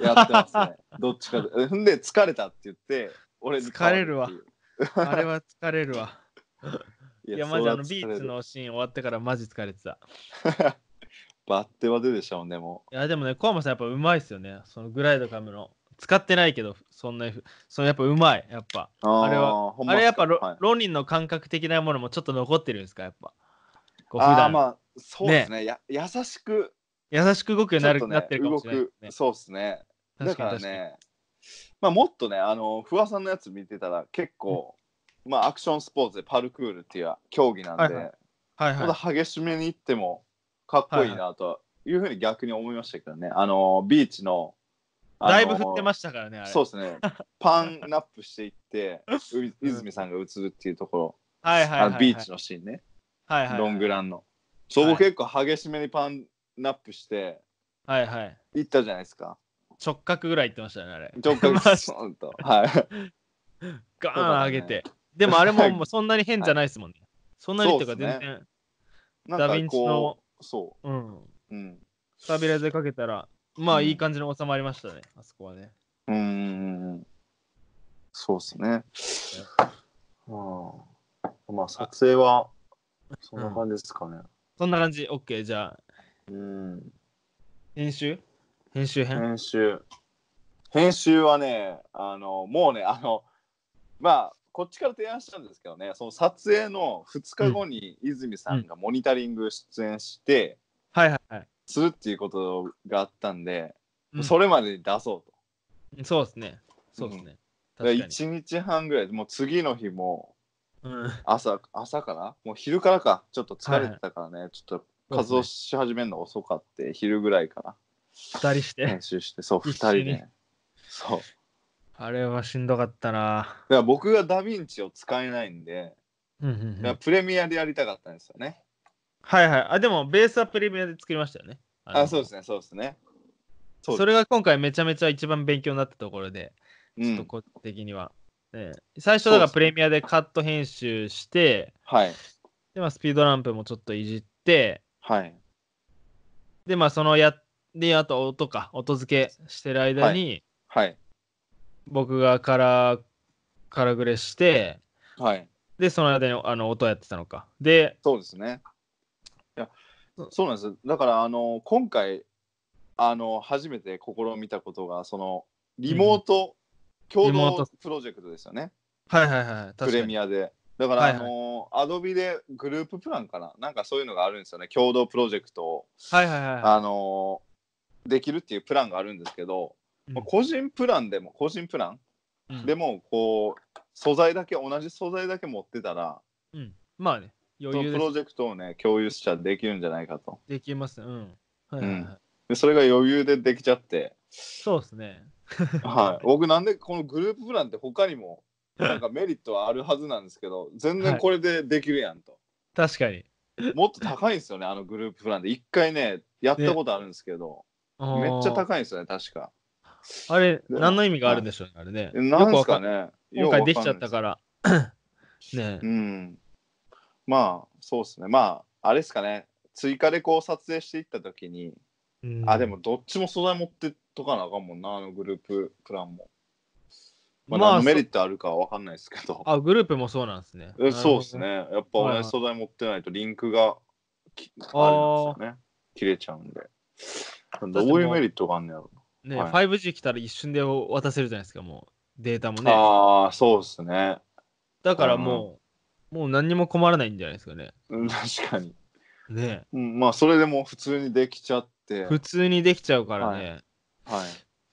Speaker 2: やってます ね。どっちかで。んで、疲れたって言って、俺に変っていう。
Speaker 1: あれは疲れるわ
Speaker 2: い
Speaker 1: い
Speaker 2: や、
Speaker 1: やマ
Speaker 2: ま
Speaker 1: ジ
Speaker 2: だ
Speaker 1: あのビーチ。のシーン終わってからマジ疲れてた
Speaker 2: バッテは出でしょうね、も
Speaker 1: いやでもねコウマさんやっぱうまいっすよねそのグライドカムの使ってないけどそんなふそのやっぱうまいやっぱ
Speaker 2: う。ー
Speaker 1: あれは、
Speaker 2: ほんま
Speaker 1: あれやっ
Speaker 2: か
Speaker 1: ぱロ,、
Speaker 2: はい
Speaker 1: ニンの感覚的なものもちょっと残ってるんですかやっぱこう普
Speaker 2: あー
Speaker 1: 段、
Speaker 2: まあ、そうですねや。優しく、
Speaker 1: 優しく動くようになる、
Speaker 2: ちょっとね
Speaker 1: なってるかもしれない
Speaker 2: 動
Speaker 1: で
Speaker 2: く
Speaker 1: すね。
Speaker 2: そうですね。だ
Speaker 1: 確か
Speaker 2: か
Speaker 1: らに確かに。
Speaker 2: ね、まあ、もっとね、あの、不破さんのやつ見てたら、結構、まあ、アクションスポーツでパルクールっていう競技なんで、
Speaker 1: はいはいはい
Speaker 2: まだ
Speaker 1: は
Speaker 2: 激しめに行ってもかっこいいなというふうに逆に思いましたけどね、あのビーチの、
Speaker 1: い。だいぶ振ってま
Speaker 2: し
Speaker 1: したからね、あれ。
Speaker 2: そうですね、パンナップしていって、う泉さんが映るっていうところ、
Speaker 1: はいはいはい、
Speaker 2: あのビーチのシーンね、
Speaker 1: はいはい、
Speaker 2: ロングランの。そ
Speaker 1: はい
Speaker 2: こ結構激しめにパンナップして
Speaker 1: はいはい。
Speaker 2: 行ったじゃないですか。
Speaker 1: 直角ぐらい行ってましたね、あれ。
Speaker 2: 直角
Speaker 1: マジ
Speaker 2: スーンと。はい。
Speaker 1: ガ
Speaker 2: そうだ
Speaker 1: ーン上
Speaker 2: ね
Speaker 1: げて。でもあれも もうそんなに変じゃないですもんね。そんなにとか
Speaker 2: そうっすね
Speaker 1: 全然、
Speaker 2: な
Speaker 1: ダ
Speaker 2: ん
Speaker 1: ヴィン
Speaker 2: か
Speaker 1: チの
Speaker 2: こ、う、そ
Speaker 1: うん、
Speaker 2: う。うん。
Speaker 1: スタビライザーかけたら、まあ
Speaker 2: うん
Speaker 1: いい感じに収まりましたね、あそこはね。
Speaker 2: うーん。そうですね。うん。まあ、撮影は、そんな感じですかね。
Speaker 1: そんな感じ、OK。じゃあ、
Speaker 2: うん。
Speaker 1: 編集編集編、
Speaker 2: 編集。編集はね、あの、もうね、あの、まあ、こっちから提案したんですけどね、その撮影の2日後に泉さんがモニタリング出演して、
Speaker 1: はいはいはい。
Speaker 2: するっていうことがあったんで、
Speaker 1: うん
Speaker 2: それまでに出そうと。
Speaker 1: そうですね。そうですね。
Speaker 2: だから
Speaker 1: 確かに。
Speaker 2: 1日半ぐらいで、もう次の日も、
Speaker 1: うん
Speaker 2: 朝朝からもう昼からかちょっと疲れてたからね、ちょっと活動し始めるの遅かって、昼ぐらいか
Speaker 1: 二人して
Speaker 2: ら編。集してそう2
Speaker 1: 必死
Speaker 2: 人
Speaker 1: に
Speaker 2: でそうだか
Speaker 1: あれはしんどかったな。
Speaker 2: ら僕がダ・ヴィンチを使えないんで、
Speaker 1: うんうんうん
Speaker 2: だからプレミアでやりたかったんですよね、
Speaker 1: はいはい。あ、でも、ベースはプレミアで作りましたよね。の
Speaker 2: あそうですねそうですねそうです
Speaker 1: それが今回めちゃめちゃ一番勉強になったところで、
Speaker 2: う
Speaker 1: ちょっと
Speaker 2: ん、
Speaker 1: 個人的には。ね最初だからプレミアでカット編集して、
Speaker 2: はい
Speaker 1: で、まあ、スピードランプもちょっといじって、
Speaker 2: はい
Speaker 1: で、まあ、そのや、で、あと音か、音付けしてる間に、
Speaker 2: はい
Speaker 1: 僕がカラー、カラグレして、
Speaker 2: はい
Speaker 1: で、その間にあの音やってたのか。で、
Speaker 2: そうですねいや
Speaker 1: そう
Speaker 2: そうなんですだからあの今回あの初めて試みたことがそのリモート、共
Speaker 1: リモー
Speaker 2: 同
Speaker 1: ト
Speaker 2: プロジェクトですよね
Speaker 1: はいはいはい、
Speaker 2: プ
Speaker 1: 確か
Speaker 2: レ
Speaker 1: に。
Speaker 2: ミアでだから、
Speaker 1: はいはい
Speaker 2: あのアドビでグループプランかななんかそういうのがあるんですよね共同プロジェクトを
Speaker 1: はいはいはい。
Speaker 2: あのーできるっていうプランがあるんですけど、
Speaker 1: うん
Speaker 2: まあ個人プランでも個人プラン
Speaker 1: うん
Speaker 2: でもこう素材だけ同じ素材だけ持ってたら
Speaker 1: うん、まあね、
Speaker 2: そ
Speaker 1: 余
Speaker 2: の
Speaker 1: 裕
Speaker 2: プ
Speaker 1: で
Speaker 2: ロジェクトをね共有しちゃできるんじゃないかと
Speaker 1: できますね。うん。はいはいはい
Speaker 2: うんでそれが余裕でできち ゃって、
Speaker 1: そうですね。
Speaker 2: はい、僕なんでこのグループプランって他にもなんかメリットはあるはずなんですけど全然これでできるやんと、
Speaker 1: 確かに。
Speaker 2: もっと高いんですよねあのグループプランで一回ねやったことあるんですけど、めっちゃ
Speaker 1: い。
Speaker 2: 高いんですよね確か
Speaker 1: あれ、何の意味があるんでしょうね、あれね。
Speaker 2: えなん
Speaker 1: よ
Speaker 2: ですか
Speaker 1: くわ
Speaker 2: ね
Speaker 1: 今回できちゃった
Speaker 2: ら
Speaker 1: から。ね
Speaker 2: う、ん。まあ、そうですね。まあ、あれですかね。追加でこう撮影していったときに、
Speaker 1: うん
Speaker 2: あ、でも、どっちも素材持ってっとかなあかんもんな、あのグループプランも。まあ、
Speaker 1: まあ
Speaker 2: 何のメリットあるかは分かんないですけど。
Speaker 1: あ、グループもそうなんですね。
Speaker 2: えそうですね。
Speaker 1: なる
Speaker 2: や
Speaker 1: は
Speaker 2: っ
Speaker 1: い
Speaker 2: ぱ
Speaker 1: は
Speaker 2: 同
Speaker 1: い
Speaker 2: じ素材持ってないとリンクがき
Speaker 1: あー
Speaker 2: あれなんですよね。切れちゃうんで。どういうメリットがあんねやろ
Speaker 1: ほどね。ね、
Speaker 2: はい
Speaker 1: 5G 来たら一瞬で渡せるじゃないですか、もう。データも
Speaker 2: ね。
Speaker 1: ね。
Speaker 2: ああ、そうですね。
Speaker 1: だからもう、もう何にも困らないんじゃないですかね。
Speaker 2: うん確かに。
Speaker 1: ね。
Speaker 2: うん、まあ、それでも普通にできちゃって。
Speaker 1: 普通にできちゃうからね。
Speaker 2: は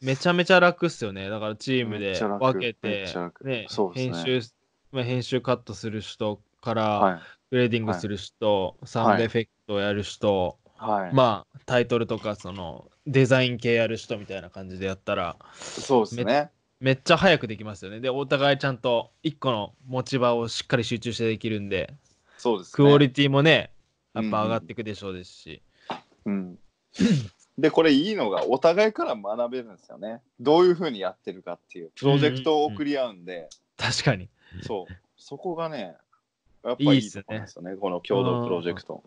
Speaker 2: い。
Speaker 1: めちゃめちゃ楽っすよね。だからチーム
Speaker 2: め
Speaker 1: で
Speaker 2: っちゃ楽
Speaker 1: 分け
Speaker 2: め
Speaker 1: て
Speaker 2: っちゃ、楽
Speaker 1: ね
Speaker 2: そうで
Speaker 1: 編
Speaker 2: すね
Speaker 1: 集、まあ、編集カットする人から、
Speaker 2: はい。
Speaker 1: グレーディングする人、サウンドエフェクトをやる人、
Speaker 2: はい。
Speaker 1: まあタイトルとかそのデザイン系やる人みたいな感じでやったら、
Speaker 2: そうですね。
Speaker 1: めっちゃ早くできますよね。で、お互いちゃんと一個の持ち場をしっかり集中してできるんで、
Speaker 2: そうですね。
Speaker 1: クオリティもね、やっぱ上がっていくでしょうですし。
Speaker 2: うん。で、これいいのが、お互いから学べるんですよね。どういうふうにやってるかっていう、プロジェクトを送り合うんで、
Speaker 1: 確かに。
Speaker 2: そう、そこがね、やっぱ
Speaker 1: いい
Speaker 2: い
Speaker 1: っ
Speaker 2: い
Speaker 1: すね
Speaker 2: とこなんですよね、この共同プロジェクト。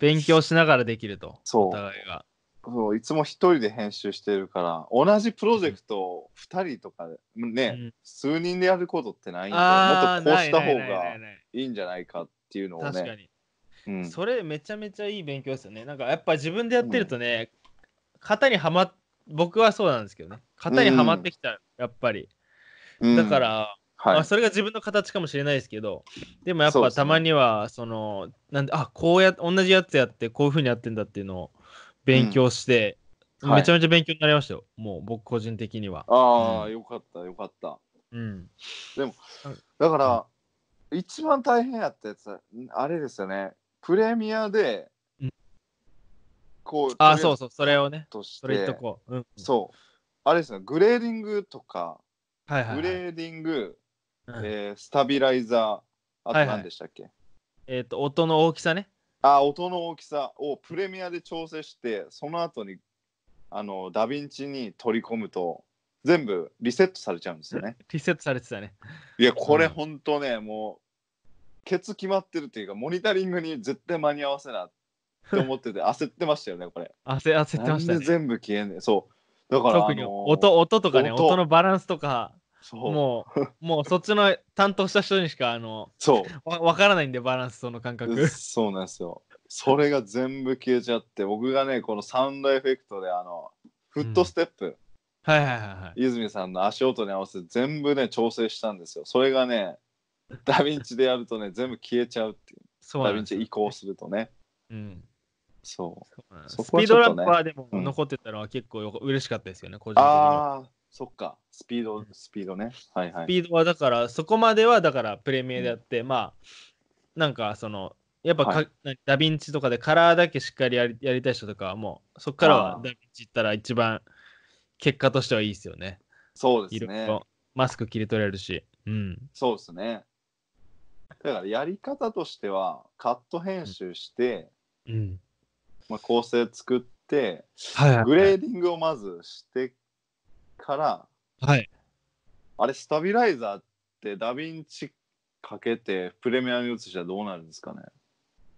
Speaker 1: 勉強しながらできると、お
Speaker 2: そう
Speaker 1: 互いが。
Speaker 2: そう、いつも一人で編集してるから、同じプロジェクトを2人とかで、ね、
Speaker 1: うん
Speaker 2: 数人でやることってないんで、も
Speaker 1: あ
Speaker 2: っ
Speaker 1: ー
Speaker 2: とこうした
Speaker 1: ない
Speaker 2: 方
Speaker 1: ないないな
Speaker 2: が
Speaker 1: いない
Speaker 2: いんじゃないかっていうのを
Speaker 1: 確か
Speaker 2: ね、
Speaker 1: に、
Speaker 2: うん、
Speaker 1: それめちゃめちゃいい勉強ですよねなんかやっぱ自分でやってるとね、型にはまっ僕はそうなんですけどね型にはまってきた、やっぱり
Speaker 2: うん
Speaker 1: だか、ら、
Speaker 2: はい
Speaker 1: まあ、それが自分の形かもしれないですけどでもやっ
Speaker 2: そう
Speaker 1: ぱ
Speaker 2: ですね
Speaker 1: たまにはそのなんであこうや同じやつやってこういうふうにやってんだっていうのを勉強して、
Speaker 2: うんはい
Speaker 1: めちゃめちゃ勉強になりましたよ、もう僕個人的には
Speaker 2: ああ、
Speaker 1: う
Speaker 2: よかった、よかった。
Speaker 1: うん
Speaker 2: だから、一番大変やったやつはんあれですよねプレミアで、
Speaker 1: うん
Speaker 2: こう
Speaker 1: ああそう
Speaker 2: う
Speaker 1: そうそれをね
Speaker 2: として
Speaker 1: それ言っとこう、うん、
Speaker 2: そうあれですねグレーディングとか、
Speaker 1: はいはい、はい、
Speaker 2: グレーディング、
Speaker 1: うん
Speaker 2: えースタビライザーあ
Speaker 1: は
Speaker 2: と
Speaker 1: いはい
Speaker 2: 何でしたっけ、
Speaker 1: えっ、と音の大きさね
Speaker 2: あ音の大きさをプレミアで調整してその後にあのダヴィンチに取り込むと全部リセットされちゃうんですよね
Speaker 1: リセットされてたね
Speaker 2: いや、これ
Speaker 1: うん
Speaker 2: 本当ね、もう、ケツ決まってるっていうか、モニタリングに絶対間に合わせな って思ってて、焦ってましたよね、これ。
Speaker 1: 焦焦って
Speaker 2: な
Speaker 1: ま
Speaker 2: ん
Speaker 1: した
Speaker 2: で
Speaker 1: ね
Speaker 2: 全部消えんねん。そう。だから、
Speaker 1: 特に
Speaker 2: あのー
Speaker 1: 音音とかね
Speaker 2: 音
Speaker 1: 音のバランスとか
Speaker 2: そう
Speaker 1: も うもうそっちの担当した人にしかあの
Speaker 2: そ
Speaker 1: わわからないんでバランスその感
Speaker 2: う
Speaker 1: 覚
Speaker 2: そうなんですよ。それが全部消えちゃって、僕がね、このサウンドエフェクトで、あの、フットステップ、
Speaker 1: はいはいはいはい
Speaker 2: 泉さんの足音に合わせて全部ね、調整したんですよ。それ がね、ダヴィンチでやるとね、全部消えちゃうっていう。
Speaker 1: そう
Speaker 2: ダ
Speaker 1: な
Speaker 2: ヴィ
Speaker 1: ん
Speaker 2: ン
Speaker 1: です
Speaker 2: チ
Speaker 1: よ
Speaker 2: 移行するとね。
Speaker 1: うん
Speaker 2: そう。
Speaker 1: そうなんです
Speaker 2: そ
Speaker 1: ス
Speaker 2: こ
Speaker 1: ピー
Speaker 2: はちょ
Speaker 1: ド
Speaker 2: っ
Speaker 1: ラ
Speaker 2: とね
Speaker 1: ッパーでも
Speaker 2: うん
Speaker 1: 残ってたのは結構よ嬉しかったですよね、個人的には。
Speaker 2: ああ、そっか。スピード、スピードね。はいは
Speaker 1: ス
Speaker 2: い。
Speaker 1: ピードはだから、そこまではだからプレミアでやって、まあ、なんかその、やっぱか、
Speaker 2: はい
Speaker 1: なダヴィンチとかでカラーだけしっかりやりやりたい人とかはもう、そこからは
Speaker 2: あー
Speaker 1: ダヴィンチ行ったら一番結果としてはいいですよね。
Speaker 2: そうで
Speaker 1: い
Speaker 2: す
Speaker 1: ろい
Speaker 2: ね。
Speaker 1: ろマスク切り取れるし。うん。
Speaker 2: そうですね。だからやり方としては、カット編集して、
Speaker 1: うん。
Speaker 2: まあ、構成作って、
Speaker 1: はい、はい。
Speaker 2: グレーディングをまずしてから、
Speaker 1: はい。
Speaker 2: あれ、スタビライザーってダヴィンチかけてプレミアに移したらどうなるんですかね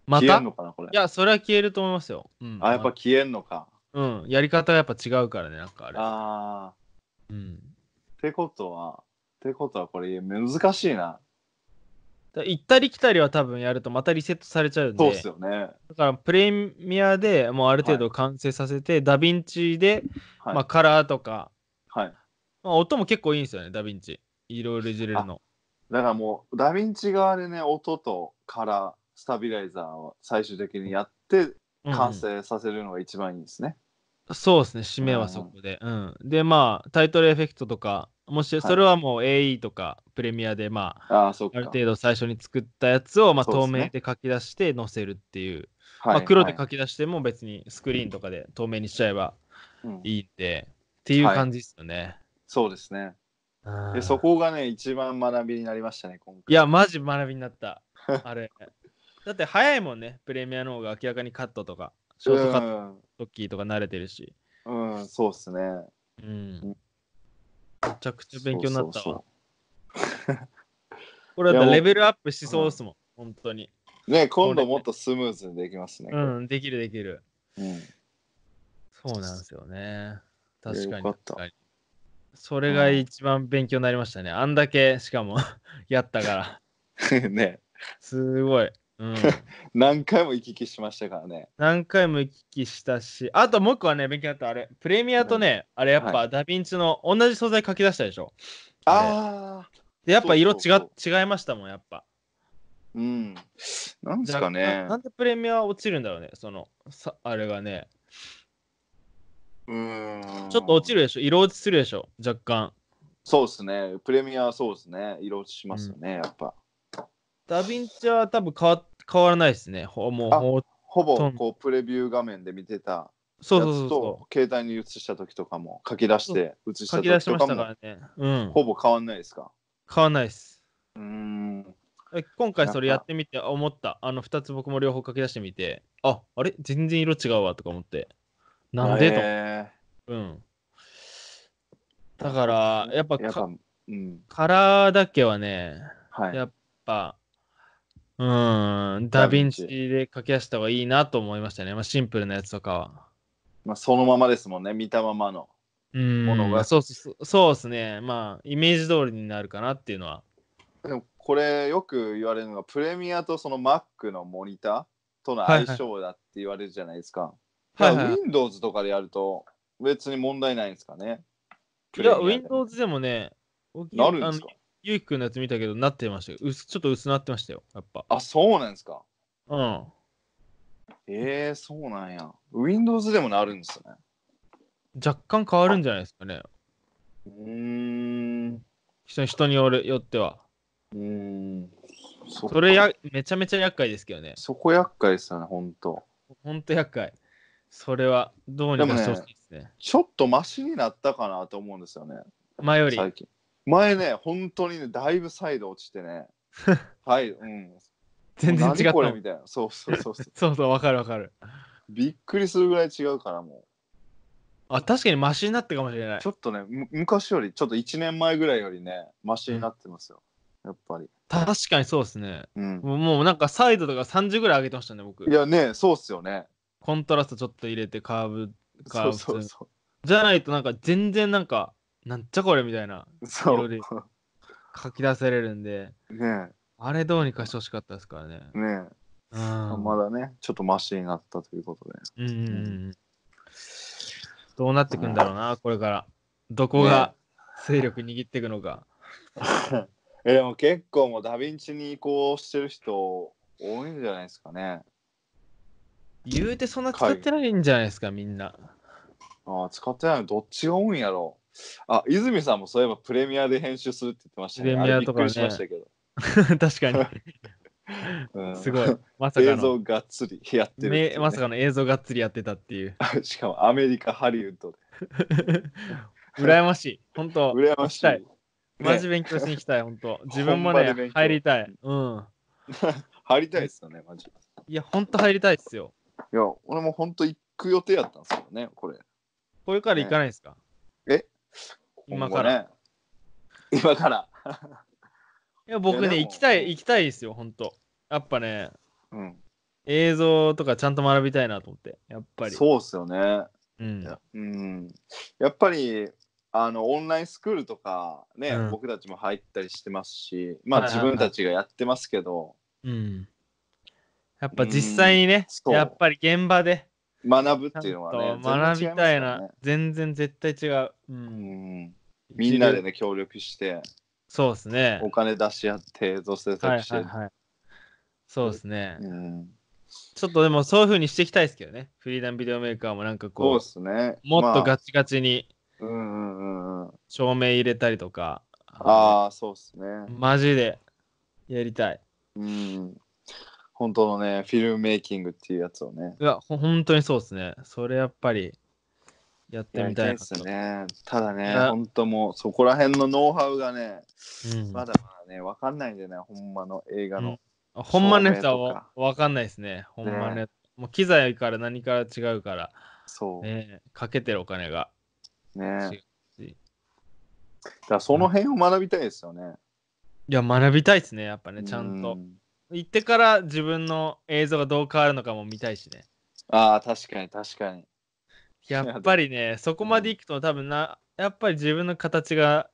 Speaker 1: ま
Speaker 2: 消
Speaker 1: た
Speaker 2: えん
Speaker 1: い
Speaker 2: のかな、これ。
Speaker 1: や、それは消えると思いますよ。うん、
Speaker 2: あ、やっぱ消えんのか。
Speaker 1: うん、やり方がやっぱ違うからね、なんかあれ。
Speaker 2: ああ。
Speaker 1: うん、
Speaker 2: ってことは、ってことはこれ難しいな。
Speaker 1: だ行ったり来たりは多分やるとまたリセットされちゃうんで、
Speaker 2: そうっすよね。
Speaker 1: だからプレミアでもうある程度完成させて、ダヴィンチで、
Speaker 2: はい。
Speaker 1: まあ、カラーとか、
Speaker 2: はい、
Speaker 1: まあ、音も結構いいんですよね、ダヴィンチ。いろいろいじれるの。
Speaker 2: だからもう、ダヴィンチ側でね、音とカラー、スタビライザーを最終的にやって
Speaker 1: うんうん
Speaker 2: 完成させるのが一番いいんですね。
Speaker 1: そうですね、締めはそこで。うん、で、まあ、タイトルエフェクトとか、もし、
Speaker 2: い
Speaker 1: それはもう AE とかプレミアで、まあ、
Speaker 2: ああ、そっか。
Speaker 1: ある程度最初に作ったやつを、まあ、
Speaker 2: そうです
Speaker 1: 透
Speaker 2: ね
Speaker 1: 明で書き出して載せるっていう。
Speaker 2: はい
Speaker 1: まあ、黒で
Speaker 2: は
Speaker 1: 書き出しても別にスクリーンとかで透明にしちゃえば
Speaker 2: いうん
Speaker 1: いいんで、っていう感じですよね。
Speaker 2: そうですね。
Speaker 1: うん
Speaker 2: で、そこがね、一番学びになりましたね、今回。
Speaker 1: いや、マジ学びにな った。あれ。だって早いもんね、プレミアの方が明らかにカットとか、ショートカットキーとか慣れてるし。
Speaker 2: うん、うん、そうですね。
Speaker 1: うん。
Speaker 2: うん
Speaker 1: めちゃくちゃ勉強になったわ。
Speaker 2: そうそう
Speaker 1: これだった
Speaker 2: いやも
Speaker 1: ら
Speaker 2: う
Speaker 1: レベルアップしそうですもん、本当に。
Speaker 2: そうね、今度もっとスムーズにできますね。
Speaker 1: うん、できるできる。
Speaker 2: うん
Speaker 1: そうなんですよね。確かに。
Speaker 2: よかった
Speaker 1: 確かにそれが一番勉強になりましたね。あんだけ、しかも、 やったから。
Speaker 2: ね、
Speaker 1: すごい。うん、
Speaker 2: 何回も行き来しましたからね。
Speaker 1: 何回も行き来したし、あともう一個はね、勉強になったあれ、プレミアとね、あれやっ
Speaker 2: は
Speaker 1: ぱダヴィンチの同じ素材書き出したでしょ。
Speaker 2: ああ、
Speaker 1: で、やっぱ色違
Speaker 2: そうそう
Speaker 1: 違いましたもん、やっぱ。
Speaker 2: うん。なんですか
Speaker 1: じゃあ
Speaker 2: ね
Speaker 1: な。なんでプレミアは落ちるんだろうね、その、さあれがね、
Speaker 2: うーん。
Speaker 1: ちょっと落ち
Speaker 2: る。
Speaker 1: るでしょ、色落ちするでしょ、若干。
Speaker 2: そうですね。プレミアはそうですね。色落ちしますよね、やっぱ。
Speaker 1: ダヴィンチは多分変わ変わらないですね。ほもう
Speaker 2: あ
Speaker 1: ほう
Speaker 2: ほ
Speaker 1: そ
Speaker 2: ぼ
Speaker 1: う
Speaker 2: こうプレビュー画面で見てた
Speaker 1: そう
Speaker 2: や
Speaker 1: そうそうそ
Speaker 2: つと携帯に映した時とかも書き出して映
Speaker 1: う。
Speaker 2: した
Speaker 1: 書き出
Speaker 2: 時
Speaker 1: しま
Speaker 2: と
Speaker 1: した
Speaker 2: かも
Speaker 1: からね。うん。
Speaker 2: ほぼ変わんないですか
Speaker 1: 変わらないです。
Speaker 2: うーん
Speaker 1: え今回それやってみてあ思った。あの2つ僕も両方書き出してみて、ああれ全然色違うわとか思って。なんでと。
Speaker 2: え
Speaker 1: うん。だから、やっぱ
Speaker 2: ーやっ
Speaker 1: か
Speaker 2: ぱうん
Speaker 1: カラーだけはね、
Speaker 2: はい
Speaker 1: やっぱ、うーん、ダヴィンチで書き出した方がいいなと思いましたね。まあ、シンプルなやつとかは。
Speaker 2: まあ、そのままですもんね見たままの
Speaker 1: うん
Speaker 2: ものが
Speaker 1: そうそうそうそうですね。まあ、イメージ通りになるかなっていうのは。
Speaker 2: でもこれよく言われるのがプレミアとその Mac のモニターとの
Speaker 1: はいはい
Speaker 2: 相性だって言われるじゃないですか、
Speaker 1: はい
Speaker 2: だから
Speaker 1: は
Speaker 2: Windows とかでやると別に問題ないんですかね
Speaker 1: い。いや、
Speaker 2: プレミアで
Speaker 1: Windows でもね、僕
Speaker 2: なるんです
Speaker 1: あ
Speaker 2: か
Speaker 1: のゆうきくんのやつ見たけど、なってましたよ。薄ちょっと薄なってましたよ、やっぱ。
Speaker 2: あそうなんですか
Speaker 1: うん。
Speaker 2: ええー、そうなんや。Windows でもなるんですね。
Speaker 1: 若干変わるんじゃないですかね。
Speaker 2: うーん。う
Speaker 1: 人人によるよっては。
Speaker 2: ーん。そっか
Speaker 1: それや、めちゃめちゃ厄介ですけどね。
Speaker 2: そこ厄介ですよね、ほんと。
Speaker 1: ほんと厄介。それは、どうにかしてほしいですね。
Speaker 2: ちょっとマシになったかなと思うんですよね、
Speaker 1: 前より。
Speaker 2: 最近。前ね、本当にね、だいぶサイド落ち てね。はい、うん。
Speaker 1: 全然違った
Speaker 2: 何こ
Speaker 1: も
Speaker 2: れ
Speaker 1: ん。
Speaker 2: みたいな。そうそうそ うそう。
Speaker 1: そうそう、わかるわかる。
Speaker 2: びっくりするぐらい違うから、も
Speaker 1: あ、確かにマシになったかもしれな
Speaker 2: う。
Speaker 1: い
Speaker 2: ち。ょっとね、む昔より、ちょっと1年前ぐらいよりね、マシになってますよ。やっぱり。
Speaker 1: 確かにそうですね。
Speaker 2: うん。
Speaker 1: もうもうなんかサイドとか30ぐらい上げてましたね、僕
Speaker 2: い。やね、そうっすよね。
Speaker 1: コントラストちょっと入れてカーブか
Speaker 2: そうそうそう。
Speaker 1: じゃないとなんか全然なんかなんじゃこれみたいな
Speaker 2: そ
Speaker 1: 色
Speaker 2: う。
Speaker 1: で
Speaker 2: ね
Speaker 1: 書き出せれるんであれどうにかしてほしかったですからね。
Speaker 2: え、ねえ、
Speaker 1: うん、
Speaker 2: まだね、ちょっとマシになったということで。
Speaker 1: うんうんうん、どうなってくんだろうな、これから。どこが勢力握っていくのか。
Speaker 2: え、でも結構もうダヴィンチに移行してる人多いんじゃないですかね。
Speaker 1: 言うてそんな使ってないんじゃないですか、みんな。
Speaker 2: ああ、使ってないのどっちが多いんやろう。あ、泉さんもそういえばプレミアで編集するって言ってましたね。
Speaker 1: プレミアとかね
Speaker 2: あれびっくりしましたけ ど。
Speaker 1: 確かに。
Speaker 2: うん
Speaker 1: すごい。まさか
Speaker 2: 映
Speaker 1: の、
Speaker 2: 像がっつりやってるっていうね、
Speaker 1: めまさかの映像がっつりやってたって いう。
Speaker 2: しかもアメリカ、ハリウッドで。
Speaker 1: 羨ましい。本当
Speaker 2: 羨ましい。
Speaker 1: 行きたいマジ
Speaker 2: ね、
Speaker 1: 勉強しに行きたい、本 当自分も
Speaker 2: 本場で
Speaker 1: ね
Speaker 2: 勉、強
Speaker 1: 入りたい。うん。
Speaker 2: 入りたいですよね、マジ。い
Speaker 1: いや、本当入りたいっすよ。
Speaker 2: や、俺も本当行く予定やったんですけどね、これ。
Speaker 1: これから行かないですか、
Speaker 2: え
Speaker 1: 今から
Speaker 2: 今後ね今から。
Speaker 1: いや僕
Speaker 2: いや
Speaker 1: ね
Speaker 2: でも
Speaker 1: 行きたい行きたいですよ本当やっぱね
Speaker 2: うん。やっ
Speaker 1: 映像とかちゃんと学びたいなと思ってやっぱり
Speaker 2: そうっすよね。
Speaker 1: うん、
Speaker 2: うん。やっぱり、あの、オンラインスクールとか、ね、
Speaker 1: うん
Speaker 2: 僕たちも入ったりしてますし、まあ
Speaker 1: はいはい
Speaker 2: 自
Speaker 1: はい
Speaker 2: 分たちがやってますけど、
Speaker 1: うん、やっぱ実際にね
Speaker 2: うんそう
Speaker 1: やっぱり現場で
Speaker 2: 学ぶっ
Speaker 1: ちゃん
Speaker 2: ていうのは
Speaker 1: と
Speaker 2: ね、
Speaker 1: 学びた
Speaker 2: 全然違
Speaker 1: い
Speaker 2: います
Speaker 1: な
Speaker 2: からね
Speaker 1: 全然絶対違う、う、
Speaker 2: うんん。みんなでね、協力して、
Speaker 1: そうですね
Speaker 2: お金出し合って、どうせ
Speaker 1: はい
Speaker 2: 作して
Speaker 1: はい、はいそうですね、
Speaker 2: うん。
Speaker 1: ちょっとでもそういう風にしていきたいですけどねフリーダムビデオメーカーもなんか
Speaker 2: そう
Speaker 1: こ
Speaker 2: っすね。
Speaker 1: うもっと
Speaker 2: まあ
Speaker 1: ガチガチに
Speaker 2: うんうんうんうん。
Speaker 1: 照明入れたりとか、
Speaker 2: ああ、そうっすね。
Speaker 1: マジでやりたい
Speaker 2: うん。本当のね、フィルムメイキングっていうやつをね。
Speaker 1: いや、ほ本当にそうですね。それやっぱりやって
Speaker 2: や
Speaker 1: み
Speaker 2: り
Speaker 1: た
Speaker 2: た
Speaker 1: い
Speaker 2: い
Speaker 1: な
Speaker 2: っす
Speaker 1: と。
Speaker 2: よね。ただね、
Speaker 1: な
Speaker 2: 本当もうそこら辺のノウハウがね、
Speaker 1: うん
Speaker 2: まだまだね、わかんないんでね、ほんまの映画の。
Speaker 1: あほんまのやつは
Speaker 2: 照明と
Speaker 1: わ
Speaker 2: か
Speaker 1: わかんないですね。ほんまのやつ。もう機材から何から違うから、
Speaker 2: そう。ね。
Speaker 1: ね、かけてるお金が。違う
Speaker 2: だからその辺を学びたいですよね。
Speaker 1: いや、学びたいですね、やっぱね、ちゃん
Speaker 2: う
Speaker 1: と。。行ってから自分の映像がどう変わるのかも見たいしね。
Speaker 2: ああ、確かに確かに。
Speaker 1: やっぱりね、そこまで行くと多分な、やっぱり自分の形が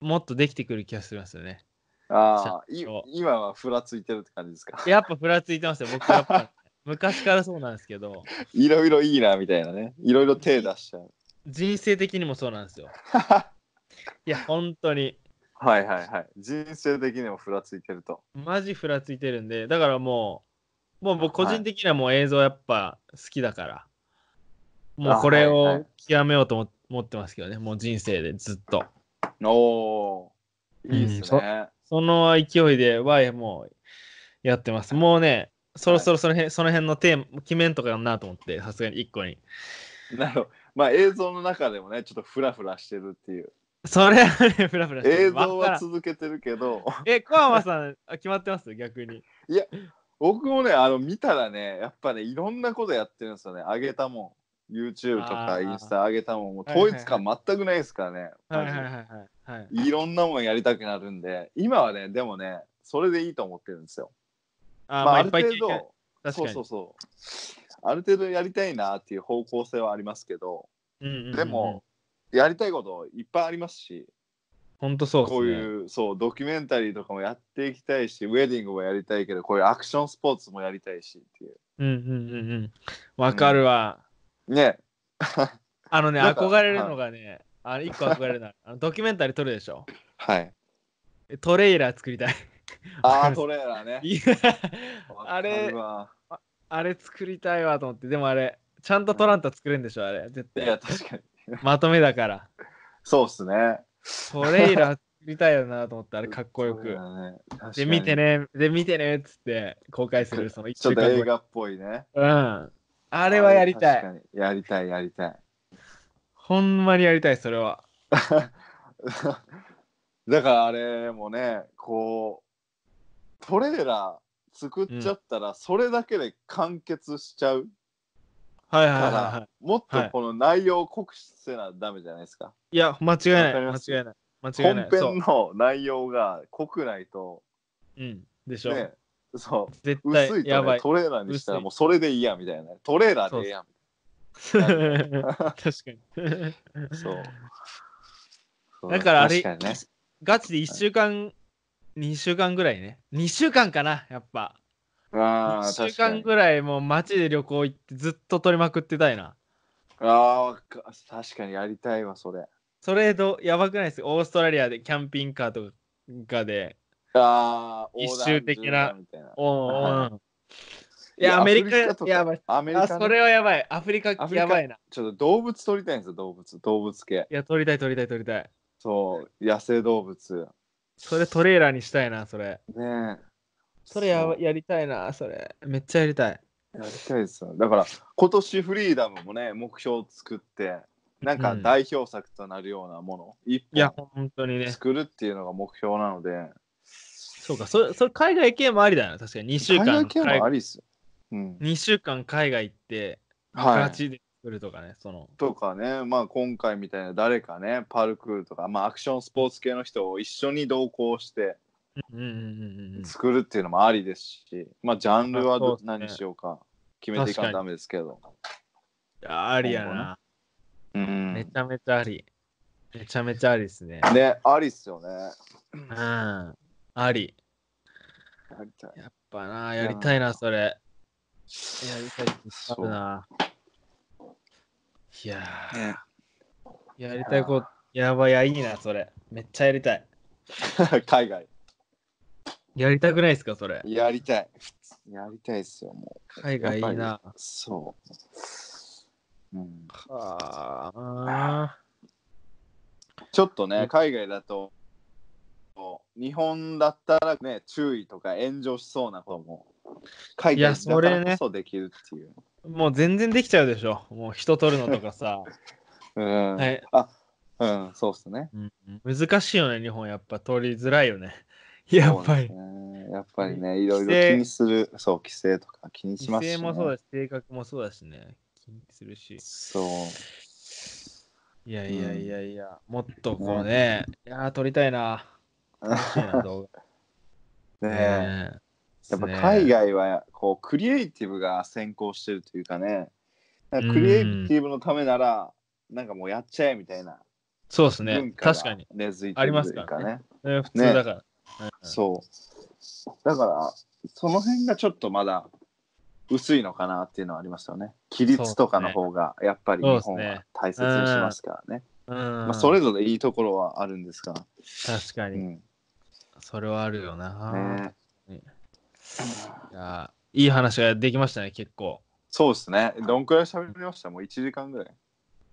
Speaker 1: もっとできてくる気がするんですよね。
Speaker 2: ああ、い
Speaker 1: ちゃんと
Speaker 2: 今はふらついてるって感じですか。
Speaker 1: やっぱふらついてますよ、僕やっぱ。昔からそうなんですけど。
Speaker 2: いろいろいいなみたいなね。いろいろ手出しちゃう。
Speaker 1: 人生的にもそうなんです よ。いや、本当に。
Speaker 2: はいはいはい。人生的にもふらついてると。
Speaker 1: マジふらついてるんで、だからもう、もう僕個人的にはもう映像やっぱ好きだから、もうこれ
Speaker 2: あはいは
Speaker 1: を
Speaker 2: い
Speaker 1: 極めようと思思ってますけどね、もう人生でずっと。
Speaker 2: おー、いいっすね。
Speaker 1: その勢いで、はもうやってます。もうね、そろそろその辺,、その辺のテーマ、決めんとかやんなと思って、さすがに1個に。
Speaker 2: なるほど。まあ映像の中でもね、ちょっとフラフラしてるっていう。
Speaker 1: それはね、ふらふらしてる
Speaker 2: 映像
Speaker 1: わから
Speaker 2: は
Speaker 1: ん
Speaker 2: 続けてるけど、
Speaker 1: え、コアマさん、あ決まってます逆に。
Speaker 2: 僕もね、あの見たらね、やっぱね、いろんなことやってるんですよね。上げたもん。YouTube と
Speaker 1: あ
Speaker 2: か
Speaker 1: ー
Speaker 2: インスタ上げたもん。もう
Speaker 1: はいはい
Speaker 2: 統
Speaker 1: はい
Speaker 2: 一感全くないですからね。
Speaker 1: はいはいはい
Speaker 2: マ
Speaker 1: はい。はい
Speaker 2: ジでいろんなもんやりたくなるんで、今はね、でもね、それでいいと思ってるんですよ。
Speaker 1: あー、
Speaker 2: ま
Speaker 1: ま
Speaker 2: あ、
Speaker 1: あ、
Speaker 2: あ
Speaker 1: いっ
Speaker 2: る
Speaker 1: ぱい
Speaker 2: 程
Speaker 1: 経験。
Speaker 2: 度、
Speaker 1: 確
Speaker 2: そ
Speaker 1: か
Speaker 2: う
Speaker 1: に
Speaker 2: そうそう。ある程度やりたいなっていう方向性はありますけど、
Speaker 1: うんうんうんうん
Speaker 2: でも、、やりたいこといっぱいありますし、
Speaker 1: 本当そうですね。
Speaker 2: こういうそうドキュメンタリーとかもやっていきたいしウェディングもやりたいけどこういうアクションスポーツもやりたいしっていう
Speaker 1: うんうんうんうん。わかるわ。
Speaker 2: ね
Speaker 1: あのね、
Speaker 2: なんか
Speaker 1: 憧れるのがね、あれ、一個憧れるのはあの、ドキュメンタリー撮るでしょ。
Speaker 2: はい
Speaker 1: トレーラー作りたい。
Speaker 2: あートレーラーね
Speaker 1: いやあ
Speaker 2: わか
Speaker 1: れ
Speaker 2: る、わ
Speaker 1: あれ作りたいわと思って、でもあれ、ちゃんとトランタ作れるんでしょ、あれ。絶
Speaker 2: いや
Speaker 1: 対。
Speaker 2: 確かに
Speaker 1: まとめだから。
Speaker 2: そうっすね
Speaker 1: トレーラー作りたいよなと思って、あれ、かっこよ
Speaker 2: そう
Speaker 1: く。
Speaker 2: だね確かに
Speaker 1: で、見てね、で、見てねっつって公開する、その一
Speaker 2: ちょ
Speaker 1: 週
Speaker 2: っと
Speaker 1: 間
Speaker 2: 映
Speaker 1: 後に。
Speaker 2: 画っぽいね
Speaker 1: うん。あ
Speaker 2: あ
Speaker 1: れはやりたい。
Speaker 2: れ確かにやりたいやりたい
Speaker 1: ほんまにやりたい、それは。
Speaker 2: だからあれもねこうトレーラー作っちゃったらそれだけで完結しちゃう、
Speaker 1: はいはい
Speaker 2: だ
Speaker 1: は
Speaker 2: か
Speaker 1: い、はい
Speaker 2: ら。もっとこの内容を濃くせなダメじゃないですか。
Speaker 1: いや、間違いない。
Speaker 2: わかり
Speaker 1: 間
Speaker 2: ます
Speaker 1: 違いない。間違いな
Speaker 2: 本
Speaker 1: い。そう
Speaker 2: 編。の内容が濃くないと、
Speaker 1: うん。でしょ。
Speaker 2: ね、そ
Speaker 1: 絶
Speaker 2: う
Speaker 1: 対
Speaker 2: 薄い
Speaker 1: や
Speaker 2: と、
Speaker 1: ば
Speaker 2: ね、
Speaker 1: い。
Speaker 2: トレーラーにしたら
Speaker 1: 薄い
Speaker 2: もうそれでいいやみたいな。トレーラーでいいや
Speaker 1: 確か
Speaker 2: み
Speaker 1: に。
Speaker 2: たいな。 そう。そう
Speaker 1: だからあれ、
Speaker 2: 確かにね
Speaker 1: ガチで1週間、2週間ぐらいね。2週間かな、やっぱ。
Speaker 2: ああ、
Speaker 1: 1週
Speaker 2: 確か
Speaker 1: 間
Speaker 2: に。
Speaker 1: ぐらいもう街で旅行行ってずっと撮りまくってたいな。
Speaker 2: ああ、か確かにやりたいわ、それ。
Speaker 1: それど、やばくないですオーストラリアでキャンピングカーとかで。
Speaker 2: ああ、
Speaker 1: 一周
Speaker 2: 横断
Speaker 1: 的な
Speaker 2: 縦断みたいな。
Speaker 1: おうおううんい
Speaker 2: いや
Speaker 1: や、アメリカ
Speaker 2: アフリカとか
Speaker 1: やばい。
Speaker 2: アメリ
Speaker 1: あ、
Speaker 2: カ
Speaker 1: そ
Speaker 2: の、
Speaker 1: れはやばい。アフリカ
Speaker 2: フリカ
Speaker 1: やばいな。い
Speaker 2: ちょっと動物撮りたいんですよ、動物。動物系。
Speaker 1: や、撮りたい撮りたい撮りたい。
Speaker 2: そう、野生動物。
Speaker 1: それトレーラーにしたいな、それ。
Speaker 2: ねえ。
Speaker 1: それや
Speaker 2: そう
Speaker 1: ばやりたいな、それ。めっちゃやりたい。
Speaker 2: やりたいですよ。だから今年フリーダムもね目標を作ってなんか
Speaker 1: うん
Speaker 2: 代表作となるようなもの、一
Speaker 1: いや、
Speaker 2: 本
Speaker 1: 本当にね。
Speaker 2: 作るっていうのが目標なので、
Speaker 1: そうか、そそれ海外系もありだよな、確かに。2週
Speaker 2: 海
Speaker 1: 間
Speaker 2: 外系
Speaker 1: 海
Speaker 2: もありっすよ。うん、
Speaker 1: 二週間海外行って、
Speaker 2: は
Speaker 1: ガ
Speaker 2: い。
Speaker 1: チで来るとかね、その。
Speaker 2: とかね、まあ、今回みたいな誰かねパルクールとか、まあ、アクションスポーツ系の人を一緒に同行して
Speaker 1: うんうんうんうんうん。
Speaker 2: 作るっていうのもありですし、まあ、ジャンル
Speaker 1: ま
Speaker 2: は
Speaker 1: あそう
Speaker 2: ど、
Speaker 1: ですね
Speaker 2: 何しようか決めていかないとダメですけど、
Speaker 1: ありやな。
Speaker 2: うん、
Speaker 1: め
Speaker 2: ね
Speaker 1: ちゃめちゃあり。めちゃめちゃありですね。
Speaker 2: ありっすよね
Speaker 1: うん。あり。
Speaker 2: やりたい
Speaker 1: やっぱな、やりたいな、それ。やりたいあ
Speaker 2: そ
Speaker 1: る
Speaker 2: う、
Speaker 1: な。いや
Speaker 2: ね、
Speaker 1: ー、やりたいこと、やばいや、いいな、それ。めっちゃやりたい。
Speaker 2: 海外
Speaker 1: やりたくないですか、それ。
Speaker 2: やりたいやりたいっすよも
Speaker 1: 海外いい
Speaker 2: やっ
Speaker 1: な。
Speaker 2: うそう、うん、
Speaker 1: はあ。
Speaker 2: ちょっとね海外だと日本だったらね注意とか炎上しそうなことも海
Speaker 1: いや
Speaker 2: 外
Speaker 1: そ
Speaker 2: だ
Speaker 1: れね
Speaker 2: からこそできるっていう、
Speaker 1: もう全然できちゃうでしょ。もう人取るのとか さ。
Speaker 2: うん、
Speaker 1: はい
Speaker 2: あうんそうっすね
Speaker 1: 難しいよね、日本。やっぱ取りづらいよね。 やっぱり
Speaker 2: そ。うですねやっぱりねいろいろ気にするそう規制とか気にしま
Speaker 1: 姿
Speaker 2: すし、ね、
Speaker 1: 勢もそうだし、性格もそうだしね。気にするし。
Speaker 2: そう
Speaker 1: いやいやいやいや、もっとこうね。いやー、撮りたいな。欲しいな動 画。
Speaker 2: ねえ
Speaker 1: ねえ
Speaker 2: やっぱ海外はこうクリエイティブが先行してるというかねなんかクリエイティブのためならなんかもうやっちゃえみたいな
Speaker 1: そうです
Speaker 2: 文
Speaker 1: ね。
Speaker 2: 化
Speaker 1: 確か
Speaker 2: が
Speaker 1: に。
Speaker 2: 根付い
Speaker 1: あ
Speaker 2: て
Speaker 1: りま
Speaker 2: る
Speaker 1: す
Speaker 2: というか
Speaker 1: から
Speaker 2: ね
Speaker 1: ね普通だから。うん
Speaker 2: そうだからその辺がちょっとまだ薄いのかなっていうのはありますよね規律とかの方がやっぱり日
Speaker 1: そう
Speaker 2: 本
Speaker 1: ですね
Speaker 2: は大切にしますからね
Speaker 1: うん。
Speaker 2: まあ、それぞれいいところはあるんですが、
Speaker 1: 確か
Speaker 2: う
Speaker 1: に。
Speaker 2: ん
Speaker 1: それはあるよな。
Speaker 2: ね、
Speaker 1: いやーいい話ができましたね、結構。
Speaker 2: そうですねどんくらい喋りましたもう1時間ぐらい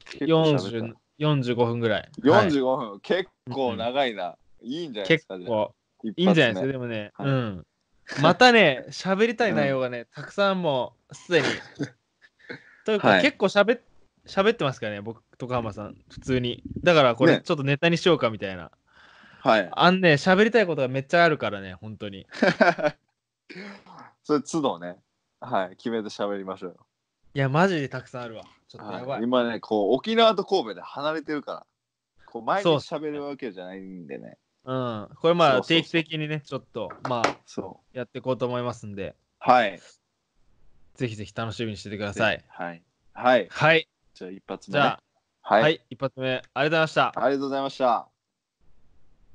Speaker 2: 結構喋っ
Speaker 1: 40 45分ぐらい。
Speaker 2: た
Speaker 1: はい
Speaker 2: 45分、結構長いな、いいんじゃないで
Speaker 1: 結
Speaker 2: すか
Speaker 1: 構
Speaker 2: い
Speaker 1: いいんじゃないですか、でもね。
Speaker 2: はい
Speaker 1: うん。またね、喋りたい内容がね、たくさんもうす でに。というか、
Speaker 2: はい
Speaker 1: 結構喋っ喋ってますからね、僕と浜さん、普通に。だからこれ
Speaker 2: ね
Speaker 1: ちょっとネタにしようかみたいな。
Speaker 2: はい
Speaker 1: あんね、喋りたいことがめっちゃあるからね、本当に。
Speaker 2: それ都度ねはい決めて喋りましょうよ
Speaker 1: いや、マジでたくさんあるわ。ちょっとやば。
Speaker 2: はいい今ねこう沖縄と神戸で離れてるからこう毎日
Speaker 1: そうっす
Speaker 2: 喋るわけじゃないんでね
Speaker 1: うん。これま
Speaker 2: そ
Speaker 1: あ
Speaker 2: うそうそう
Speaker 1: 定期的にね、ちょっと、まあ、
Speaker 2: そう
Speaker 1: やっていこうと思いますんで、
Speaker 2: はい
Speaker 1: ぜひぜひ楽しみにしててください。
Speaker 2: はいはい
Speaker 1: はい。
Speaker 2: じゃあ一発
Speaker 1: じ
Speaker 2: 目、
Speaker 1: ゃ
Speaker 2: ね
Speaker 1: あ、、
Speaker 2: はい、
Speaker 1: はい、一発目、ありがとうございました。
Speaker 2: ありがとうございました